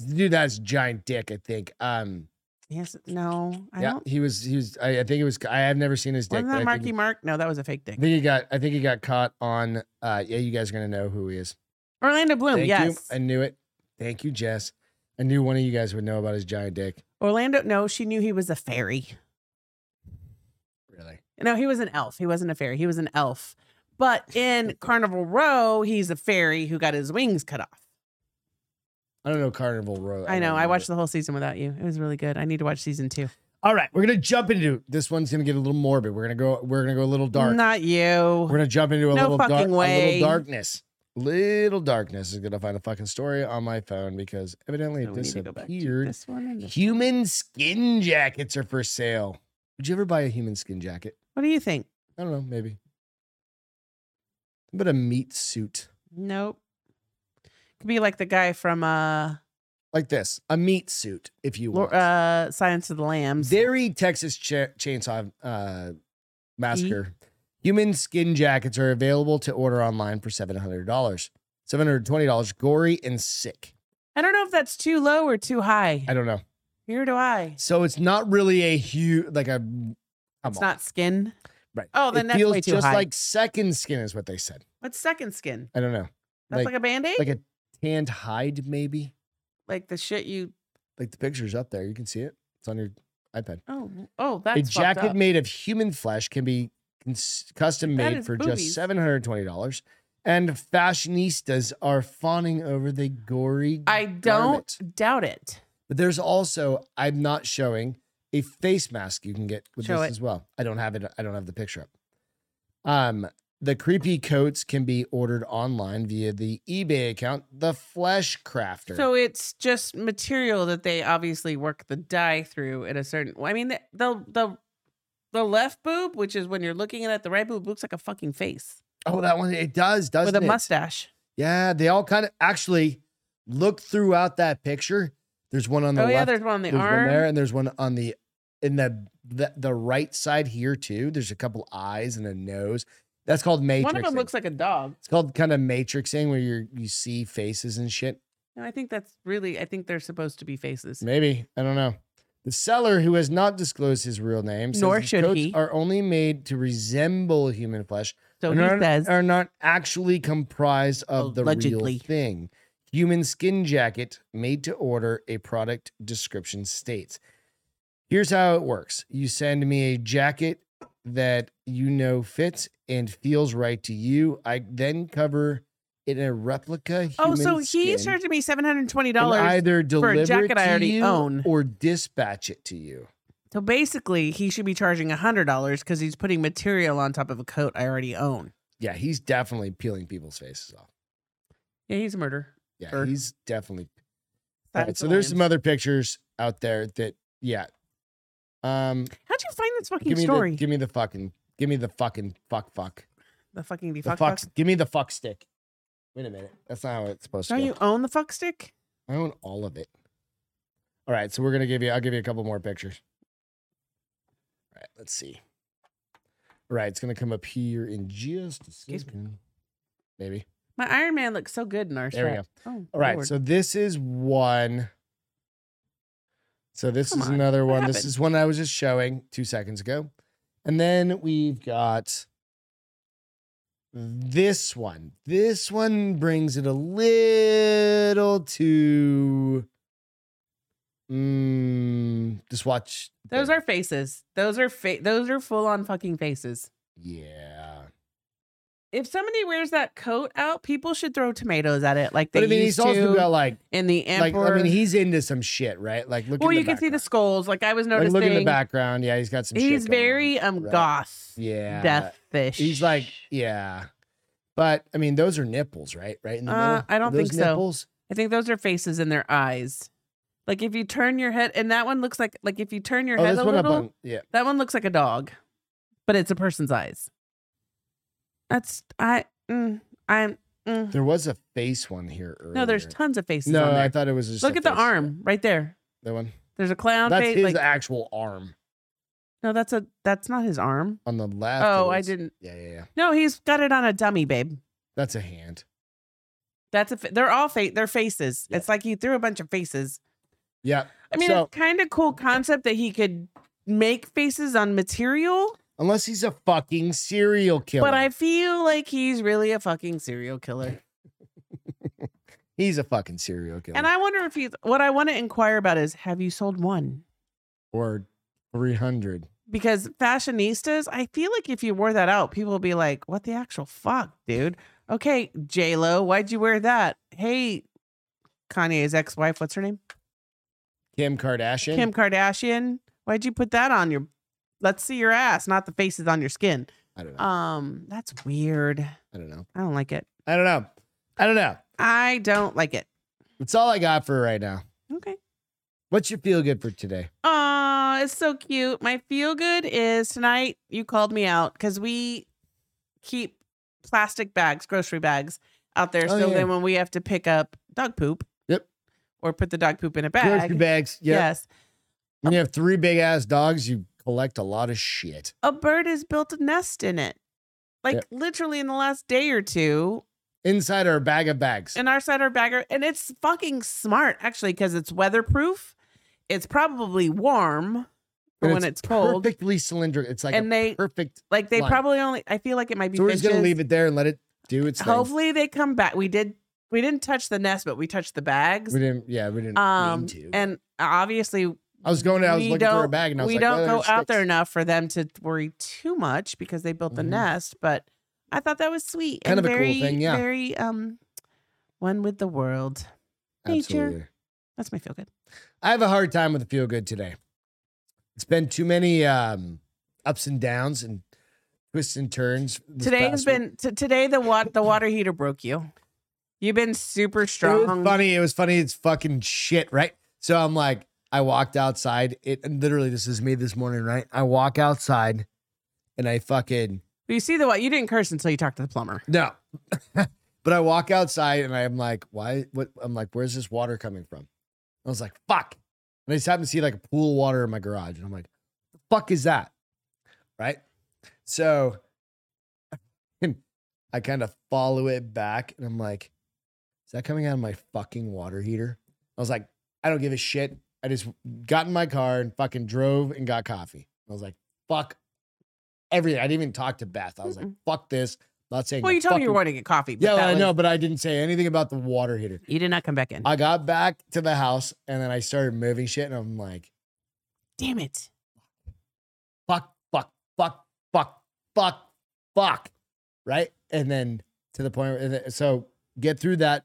S2: The Dude, that's giant dick. I think. Um,
S1: Yes. No. I
S2: yeah,
S1: don't.
S2: he was. He was. I, I think it was. I have never seen his dick.
S1: Wasn't
S2: but
S1: that
S2: I, think,
S1: Marky Mark? No, that was a fake dick.
S2: I think he got. I think he got caught on. Uh, yeah, you guys are gonna know who he is.
S1: Orlando Bloom.
S2: Thank
S1: yes.
S2: you. I knew it. Thank you, Jess. I knew one of you guys would know about his giant dick.
S1: Orlando. No, she knew he was a fairy.
S2: Really?
S1: No, he was an elf. He wasn't a fairy. He was an elf. But in Carnival Row, he's a fairy who got his wings cut off.
S2: I don't know Carnival Row.
S1: I know.
S2: don't
S1: I
S2: it.
S1: watched the whole season without you. It was really good. I need to watch season two.
S2: All right, we're gonna jump into this one's gonna get a little morbid. We're gonna go. We're gonna go a little dark.
S1: Not you.
S2: We're gonna jump into a
S1: No
S2: little dark,
S1: fucking
S2: a
S1: way.
S2: little darkness. Little darkness is gonna find a fucking story on my phone because evidently
S1: So
S2: it
S1: we need to go back to
S2: disappeared.
S1: this one. and this-
S2: Human skin jackets are for sale. Would you ever buy a human skin jacket?
S1: What do you think?
S2: I don't know, maybe. But a meat suit
S1: Nope. Could be like the guy from uh,
S2: like this, a meat suit, if you
S1: Lo-
S2: want.
S1: uh Science of the Lambs.
S2: Very Texas cha- Chainsaw uh, Massacre. Human skin jackets are available to order online for seven hundred dollars, seven hundred twenty dollars. Gory and sick.
S1: I don't know if that's too low or too high.
S2: I don't know.
S1: Here do I.
S2: So it's not really a huge like a. Come
S1: It's
S2: on.
S1: not skin.
S2: Right.
S1: Oh, then
S2: it
S1: that's
S2: feels
S1: way too
S2: just
S1: high.
S2: like second skin is what they said.
S1: What's second skin?
S2: I don't know.
S1: That's like, a band aid?
S2: like
S1: Like,
S2: a tanned hide, maybe.
S1: the shit you.
S2: Like the picture's up there. You can see it. It's on your iPad.
S1: Oh, oh, that's.
S2: a
S1: fucked
S2: jacket
S1: up.
S2: made of human flesh can be cons- custom
S1: That
S2: made
S1: is
S2: for
S1: boobies.
S2: just $720. And fashionistas are fawning over the gory.
S1: I don't
S2: garment.
S1: doubt it.
S2: But there's also, I'm not showing a face mask you can get with
S1: Show
S2: this
S1: it.
S2: as well. I don't have it. I don't have the picture up. Um, The creepy coats can be ordered online via the eBay account, The Flesh Crafter.
S1: So it's just material that they obviously work the dye through at a certain. I mean, the the the, the left boob, which is when you're looking at it, the right boob looks like a fucking face
S2: oh, that one, it does, doesn't
S1: with a
S2: it?
S1: mustache.
S2: Yeah, they all kind of actually look throughout that picture. There's one on the
S1: Oh
S2: left.
S1: yeah, there's one on the
S2: there's
S1: arm.
S2: one there, and there's one on the in the, the the right side here too. There's a couple eyes and a nose. That's called matrixing.
S1: One of them looks like a dog.
S2: it's called kind of matrixing where you you see faces and shit.
S1: And I think that's really. I think they're supposed to be faces.
S2: Maybe I don't know. The seller, who has not disclosed his real name, says
S1: Nor
S2: his
S1: should
S2: coats
S1: he.
S2: are only made to resemble human flesh
S1: So
S2: are
S1: he
S2: not,
S1: says.
S2: are not actually comprised of the
S1: Allegedly.
S2: real thing. Human skin jacket made to order, a product description states. Here's how it works. You send me a jacket that you know fits and feels right to you. I then cover it in a replica
S1: Oh,
S2: human
S1: so he
S2: skin
S1: charging me seven hundred twenty
S2: and
S1: dollars.
S2: either deliver it
S1: jacket
S2: to
S1: I already
S2: you
S1: own.
S2: or dispatch it to you.
S1: So basically, he should be charging hundred dollars because he's putting material on top of a coat I already own.
S2: Yeah, he's definitely peeling people's faces off.
S1: Yeah, he's a murderer.
S2: Yeah,
S1: Sure.
S2: he's definitely All
S1: Silence
S2: right,
S1: of
S2: so
S1: the
S2: there's some
S1: lambs.
S2: other pictures out there that yeah. Um
S1: How'd you find this fucking
S2: give me
S1: story?
S2: the
S1: The,
S2: give me the fucking give me the fucking fuck fuck.
S1: fucking the
S2: The
S1: fuck.
S2: fuck
S1: fuck.
S2: give me the fuck stick. Wait a minute. That's not how it's supposed
S1: Don't
S2: to go.
S1: you own the fuck stick?
S2: I own all of it. All right, so we're gonna give you I'll give you a couple more pictures. All right, let's see. All right, it's gonna come up here in just a
S1: Excuse me.
S2: second. Maybe.
S1: My Iron Man looks so good in our
S2: There we
S1: shot. Oh,
S2: All right,
S1: Lord.
S2: so this is one. So this
S1: Come
S2: is
S1: on,
S2: another
S1: what
S2: one. This
S1: happened?
S2: is one I was just showing two seconds ago. And then we've got this one. This one brings it a little to. Mm, just watch.
S1: those
S2: the-
S1: are faces. Those are fa- those are full on fucking faces.
S2: Yeah.
S1: If somebody wears that coat out, people should throw tomatoes at it like they
S2: But I mean,
S1: used
S2: he's also
S1: to
S2: got like,
S1: in the
S2: like
S1: Emperor.
S2: I mean, he's into some shit, right? Like, look.
S1: well,
S2: in the
S1: you can see the
S2: background.
S1: skulls. Like I was
S2: Like,
S1: noticing.
S2: look in the background. Yeah, he's got some. shit
S1: He's
S2: going on.
S1: very um
S2: right?
S1: goth.
S2: Yeah.
S1: deathish.
S2: He's like, yeah. But I mean, those are nipples, right? Right in the
S1: Uh,
S2: middle.
S1: I don't
S2: those
S1: think so.
S2: nipples?
S1: I think those are faces in their eyes. Like if you turn your head, and that one looks like like if you turn your
S2: Oh,
S1: head
S2: this
S1: a
S2: one up
S1: little,
S2: on. Yeah.
S1: that one looks like a dog, but it's a person's eyes. That's I mm, I'm mm.
S2: There was a face one here earlier.
S1: no. There's tons of faces.
S2: no.
S1: on there.
S2: I thought it was just.
S1: Look
S2: a
S1: at the
S2: face.
S1: arm right there.
S2: That one.
S1: There's a clown
S2: That's
S1: face.
S2: his
S1: like,
S2: actual arm
S1: no, that's a that's not his arm.
S2: on the left.
S1: Oh,
S2: it
S1: I
S2: is-
S1: didn't.
S2: Yeah, yeah, yeah.
S1: No, he's got it on a dummy, babe.
S2: That's a hand.
S1: That's a. fa- They're all fa- They're faces.
S2: Yeah.
S1: It's like you threw a bunch of faces
S2: Yeah.
S1: I mean,
S2: so
S1: it's kind of cool concept that he could make faces on material,
S2: unless he's a fucking serial killer,
S1: but I feel like he's really a fucking serial killer.
S2: he's a fucking serial killer.
S1: And I wonder if he's what I want to inquire about is have you sold one?
S2: or three hundred.
S1: Because fashionistas, I feel like if you wore that out, people will be like, what the actual fuck, dude? Okay, J Lo, why'd you wear that? Hey, Kanye's ex wife, what's her name?
S2: Kim Kardashian.
S1: Kim Kardashian. Why'd you put that on your let's see your ass, not the faces on your skin?
S2: I don't know.
S1: Um, that's weird.
S2: I don't know.
S1: I don't like it.
S2: I don't know. I don't know.
S1: I don't like it.
S2: That's all I got for right now.
S1: Okay.
S2: What's your feel good for today?
S1: Aw, it's so cute. My feel good is tonight you called me out because we keep plastic bags, grocery bags out there.
S2: Oh,
S1: so
S2: yeah.
S1: then when we have to pick up dog poop.
S2: Yep.
S1: Or put the dog poop in a bag.
S2: Grocery bags. Yeah.
S1: Yes.
S2: When you have three big ass dogs, you collect a lot of shit.
S1: A bird has built a nest in it. Like
S2: Yep.
S1: literally in the last day or two,
S2: Inside our bag of bags.
S1: in our cider bagger, and it's fucking smart actually because it's weatherproof. It's probably warm for
S2: And
S1: when it's, cold,
S2: Perfectly cylindrical. It's like
S1: and
S2: a
S1: they
S2: perfect.
S1: Like they
S2: line.
S1: probably only. I feel like it might be.
S2: So we're just going to
S1: finches.
S2: leave it there and let it do its thing.
S1: Hopefully they come back. We did. We didn't touch the nest, but we touched the bags.
S2: We didn't, yeah, we didn't
S1: Um,
S2: mean to.
S1: and obviously
S2: I was going, I was
S1: we
S2: looking for a
S1: don't-
S2: bag and I was
S1: we
S2: like,
S1: don't
S2: "Oh,
S1: go
S2: there's
S1: out there
S2: sticks."
S1: enough for them to worry too much because they built the
S2: Mhm.
S1: nest. But I thought that was sweet. and
S2: Kind of a cool
S1: very,
S2: thing, yeah.
S1: Very um, one with the world. nature.
S2: Absolutely.
S1: That's my feel good.
S2: I have a hard time with the feel good today. It's been too many um, ups and downs and twists and turns. this
S1: today has
S2: past week.
S1: been t- today the what the water heater broke you. You've been super
S2: It
S1: strong.
S2: was funny. It was funny. It's fucking shit, right? So I'm like, I walked outside. It and literally, this is me this morning, right? I walk outside, and I fucking
S1: But you see the what you didn't curse until you talked to the plumber.
S2: no. but I walk outside, and I'm like, why? What? I'm like, where's this water coming from? I was like, fuck. And I just happened to see like a pool of water in my garage, and I'm like, the fuck is that? Right. So I kind of follow it back and I'm like, is that coming out of my fucking water heater? I was like, I don't give a shit. I just got in my car and fucking drove and got coffee. I was like, fuck everything. I didn't even talk to Beth. I was like,
S1: Mm-mm.
S2: fuck this. I'm not saying
S1: Well,
S2: a
S1: you told me you were
S2: fucking-
S1: going to get coffee. But
S2: Yeah,
S1: that
S2: well, I
S1: was-
S2: know, but I didn't say anything about the water heater.
S1: You did not come back in.
S2: I got back to the house and then I started moving shit and I'm like,
S1: Damn it!
S2: fuck, fuck, fuck, fuck, fuck, fuck. Right. And then to the point, and then- so get through that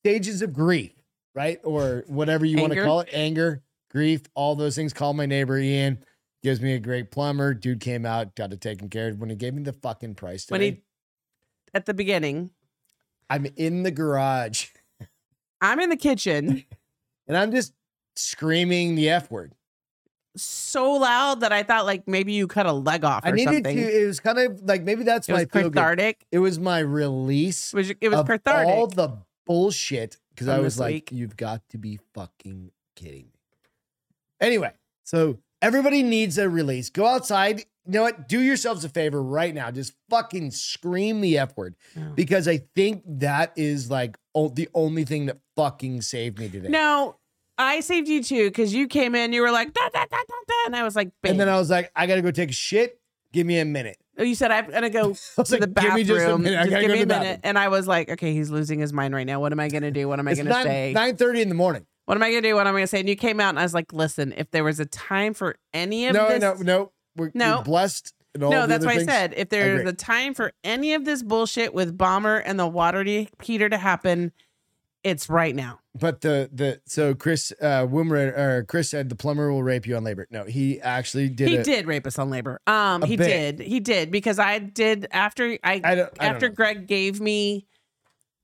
S2: stages of grief, right? Or whatever you want to
S1: Anger.
S2: call it anger, grief, all those things. Call my neighbor Ian, gives me a great plumber. Dude came out, got it taken care of. When he gave me the fucking price today,
S1: When he at the beginning,
S2: I'm in the garage
S1: I'm in the kitchen
S2: and I'm just screaming the F word.
S1: so loud that I thought like maybe you cut a leg off or
S2: I needed
S1: something.
S2: to, it was kind of like maybe that's
S1: it
S2: my
S1: was
S2: feel good.
S1: cathartic.
S2: It was my release.
S1: It was it was
S2: of all
S1: cathartic.
S2: the bullshit because I
S1: From
S2: was
S1: this
S2: like,
S1: week.
S2: you've got to be fucking kidding me. Anyway, so everybody needs a release. Go outside. You know what? Do yourselves a favor right now. Just fucking scream the F word
S1: No.
S2: because I think that is like o- the only thing that fucking saved me today.
S1: Now I saved you too because you came in. You were like da da da da da, and I was like,
S2: and then
S1: "Babe."
S2: I was like, I gotta go take a shit. Give me a minute.
S1: Oh, you said I'm gonna go
S2: I was
S1: to
S2: like,
S1: the
S2: give me
S1: bathroom.
S2: just a minute. I
S1: Just
S2: gotta
S1: give
S2: go
S1: me
S2: to
S1: a
S2: the
S1: minute. And I was like, okay, he's losing his mind right now. What am I gonna do? What am I
S2: It's
S1: gonna say?
S2: nine thirty in the morning.
S1: What am I gonna do? What am I gonna say? And you came out and I was like, listen, if there was a time for any of
S2: No,
S1: this,
S2: no, no. We're,
S1: No.
S2: we're blessed. And all
S1: No,
S2: the
S1: that's
S2: other
S1: why I
S2: things.
S1: said if there's
S2: agree.
S1: a time for any of this bullshit with bomber and the water de- heater to happen, it's right now.
S2: But the the so Chris uh Wimmer, or Chris said the plumber will rape you on labor. No, he actually did.
S1: he
S2: it.
S1: did rape us on labor. Um,
S2: A
S1: he
S2: bit.
S1: did, he did because I did after I,
S2: I don't. I don't
S1: after
S2: know.
S1: Greg gave me.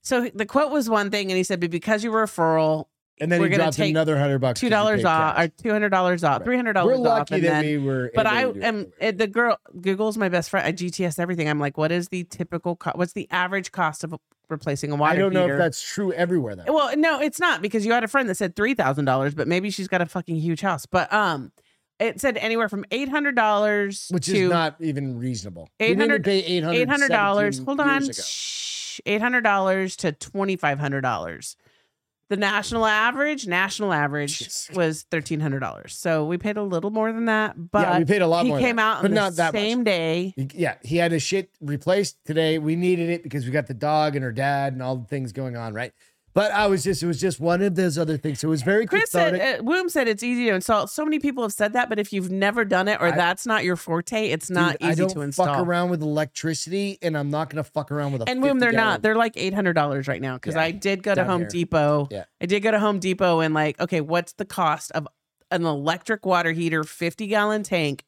S1: So the quote was one thing, and he said, "But because you were a referral,
S2: and then
S1: we're
S2: he
S1: gonna
S2: dropped
S1: take
S2: another hundred bucks. 'cause
S1: two
S2: you
S1: dollars
S2: paid
S1: off or
S2: cash.
S1: two hundred dollars off,
S2: Right.
S1: three hundred
S2: We're
S1: dollars off,
S2: lucky
S1: and
S2: that
S1: then
S2: we were.
S1: But I
S2: able to do it.
S1: am it, the girl. Google's my best friend. I GTS everything. I'm like, what is the typical? Co- what's the average cost of replacing a water
S2: I don't know
S1: heater?
S2: if that's true everywhere though.
S1: well, no, it's not because you had a friend that said three thousand dollars, but maybe she's got a fucking huge house. But um, it said anywhere from eight hundred dollars
S2: Which
S1: to
S2: is not even reasonable. We didn't
S1: 800
S2: pay eight hundred.
S1: eight hundred dollars. Hold on, shh, eight hundred dollars to twenty five hundred dollars. The national average, national average
S2: Jeez.
S1: was thirteen hundred dollars. So we paid a little more than that, but
S2: yeah, we paid a lot
S1: he
S2: more.
S1: came
S2: than
S1: out on
S2: but
S1: the
S2: not that much.
S1: same day.
S2: He- Yeah, he had his shit replaced today. We needed it because we got the dog and her dad and all the things going on, right? But I was just, it was just one of those other things. So it was very
S1: Chris
S2: cathartic.
S1: said, uh, Womb said it's easy to install. So many people have said that, but if you've never done it or
S2: I-
S1: that's not your forte, it's
S2: Dude,
S1: not
S2: I
S1: easy
S2: don't
S1: to
S2: fuck
S1: install.
S2: around with electricity, and I'm not gonna fuck around with a.
S1: And Womb, they're
S2: 50
S1: not.
S2: gallon-
S1: They're like eight hundred dollars right now because
S2: Yeah,
S1: I did go to
S2: down
S1: Home
S2: here.
S1: Depot.
S2: Yeah.
S1: I did go to Home Depot and like, okay, what's the cost of an electric water heater, fifty gallon tank?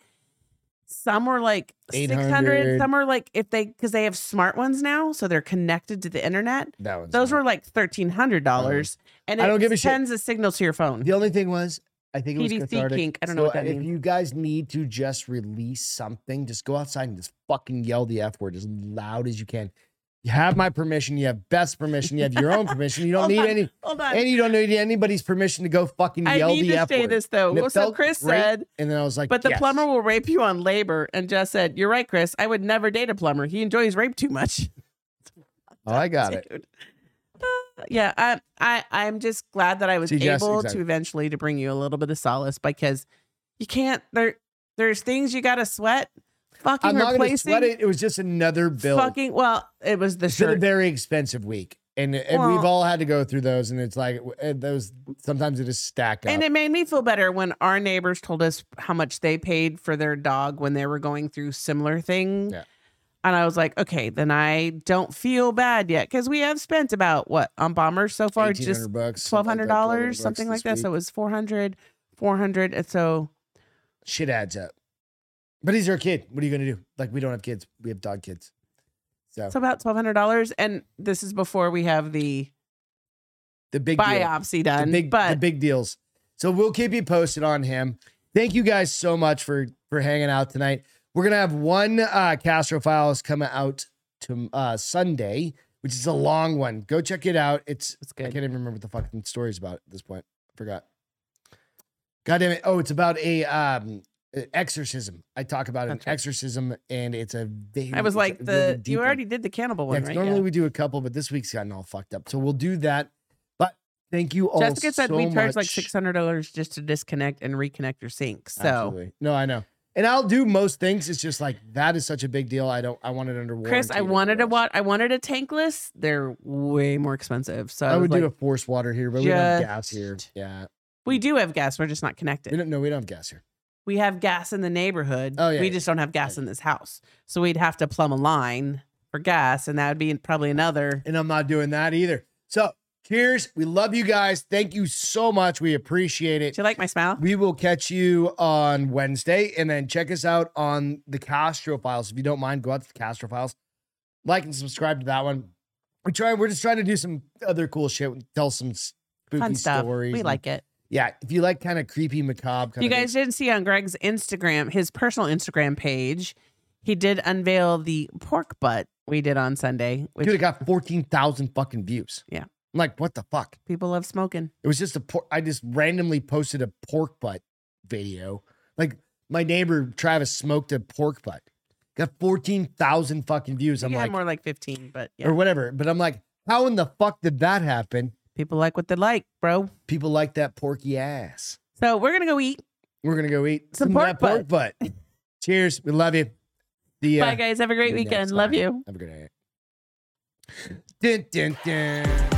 S1: Some were like six
S2: 800.
S1: hundred. Some are like if they because they have smart ones now, so they're connected to the internet.
S2: that one's
S1: Those
S2: not.
S1: were like thirteen hundred dollars, and it
S2: Mm. I don't give a shit.
S1: sends a signal to your phone.
S2: The only thing was, I think it was
S1: PDC
S2: cathartic.
S1: kink. I don't know
S2: So
S1: what that
S2: if
S1: means.
S2: you guys need to just release something, just go outside and just fucking yell the f word as loud as you can. You have my permission. You have best permission. You have your own permission. You don't
S1: Hold
S2: need
S1: on,
S2: any,
S1: Hold on.
S2: and you don't need anybody's permission to go fucking
S1: I
S2: yell
S1: need
S2: the
S1: to
S2: f
S1: say
S2: word.
S1: this though.
S2: And it
S1: Well, so
S2: felt
S1: Chris
S2: great.
S1: said,
S2: And then I was like,
S1: but the
S2: yes.
S1: plumber will rape you on labor. And Jess said, You're right, Chris. I would never date a plumber. He enjoys rape too much.
S2: Oh, I got it.
S1: Dude. Uh, yeah, I, I, I'm just glad that I was
S2: See, Jess,
S1: able
S2: exactly.
S1: to eventually to bring you a little bit of solace because you can't there. There's things you gotta sweat. Fucking
S2: I'm not gonna
S1: replacing.
S2: sweat it. It was just another bill.
S1: Fucking well, it was the
S2: It's been a
S1: shirt.
S2: very expensive week, and, and we've
S1: Well-
S2: all had to go through those. And it's like uh, those sometimes it just stack up.
S1: And it made me feel better when our neighbors told us how much they paid for their dog when they were going through similar thing.
S2: Yeah.
S1: And I was like, okay, then I don't feel bad yet because we have spent about what on bombers so far, just
S2: 1,800 bucks,
S1: twelve
S2: something
S1: hundred
S2: like that,
S1: dollars,
S2: $1,200
S1: something like that.
S2: this
S1: uh, So it
S2: week.
S1: was 400, 400. and so
S2: shit adds up. But he's our kid. What are you gonna do? Like we don't have kids. We have dog kids. So
S1: It's about twelve hundred dollars, and this is before we have the
S2: the big deal.
S1: biopsy done.
S2: the big the
S1: but
S2: big deals. So we'll keep you posted on him. Thank you guys so much for for hanging out tonight. We're gonna have one uh Castro Files come out to uh Sunday, which is a long one. Go check it out. It's
S1: it's
S2: I
S1: good.
S2: can't even remember what the fucking story's about at this point. I forgot. God damn it. Oh, it's about a um a exorcism. I talk about an
S1: That's right.
S2: exorcism and it's a very
S1: I was
S2: it's a
S1: like
S2: really
S1: the
S2: deep
S1: you
S2: one.
S1: already did the cannibal one,
S2: Yeah, 'cause
S1: right?
S2: Normally
S1: Yeah.
S2: we do a couple, but this week's gotten all fucked up. So we'll do that. But thank you all.
S1: Jessica said
S2: so
S1: we charge like
S2: much.
S1: six hundred dollars just to disconnect and reconnect your sync. So
S2: Absolutely. no, I know. And I'll do most things. It's just like that is such a big deal. I don't I want it under warranty.
S1: Chris, I
S2: or
S1: wanted a
S2: whatever.
S1: wa- I wanted a tankless. They're way more expensive. So
S2: I
S1: was
S2: would do
S1: like,
S2: a force water here, but we don't have gas here.
S1: just-
S2: Yeah.
S1: we do have gas. We're just not
S2: We
S1: connected.
S2: don't no, we don't have gas here.
S1: We have gas in the neighborhood.
S2: Oh, yeah,
S1: we
S2: yeah,
S1: just don't have gas in this house. So we'd have to plumb a line for gas, and that would be probably another.
S2: And I'm not doing that either. So cheers. We love you guys. Thank you so much. We appreciate it.
S1: Do you like my smile?
S2: We will catch you on Wednesday and then check us out on the Castro Files. If you don't mind, go out to the Castro Files, like and subscribe to that one. We try, we're just trying to do some other cool shit, tell some spooky
S1: Fun stuff.
S2: stories.
S1: We
S2: and-
S1: like it.
S2: yeah. If you like kind of creepy, macabre,
S1: If
S2: kind
S1: you
S2: of
S1: guys didn't see on Greg's Instagram, his personal Instagram page, he did unveil the pork butt we did on Sunday, which
S2: dude, it got 14,000 fucking views.
S1: Yeah.
S2: I'm like, what the fuck?
S1: people love smoking.
S2: It was just a por- I just randomly posted a pork butt video. Like my neighbor Travis smoked a pork butt. Got 14,000 fucking views.
S1: i
S2: I'm
S1: had
S2: like,
S1: more like fifteen, but
S2: or
S1: yeah,
S2: whatever. But I'm like, how in the fuck did that happen?
S1: people like what they like, bro.
S2: People like that porky ass.
S1: So we're gonna go eat.
S2: We're gonna go eat
S1: Some
S2: some of that
S1: pork
S2: pork butt. Cheers. We love you. The uh,
S1: Bye guys. Have a great
S2: See you next
S1: weekend. Love
S2: time.
S1: you.
S2: Have a good night. Dun, dun, dun.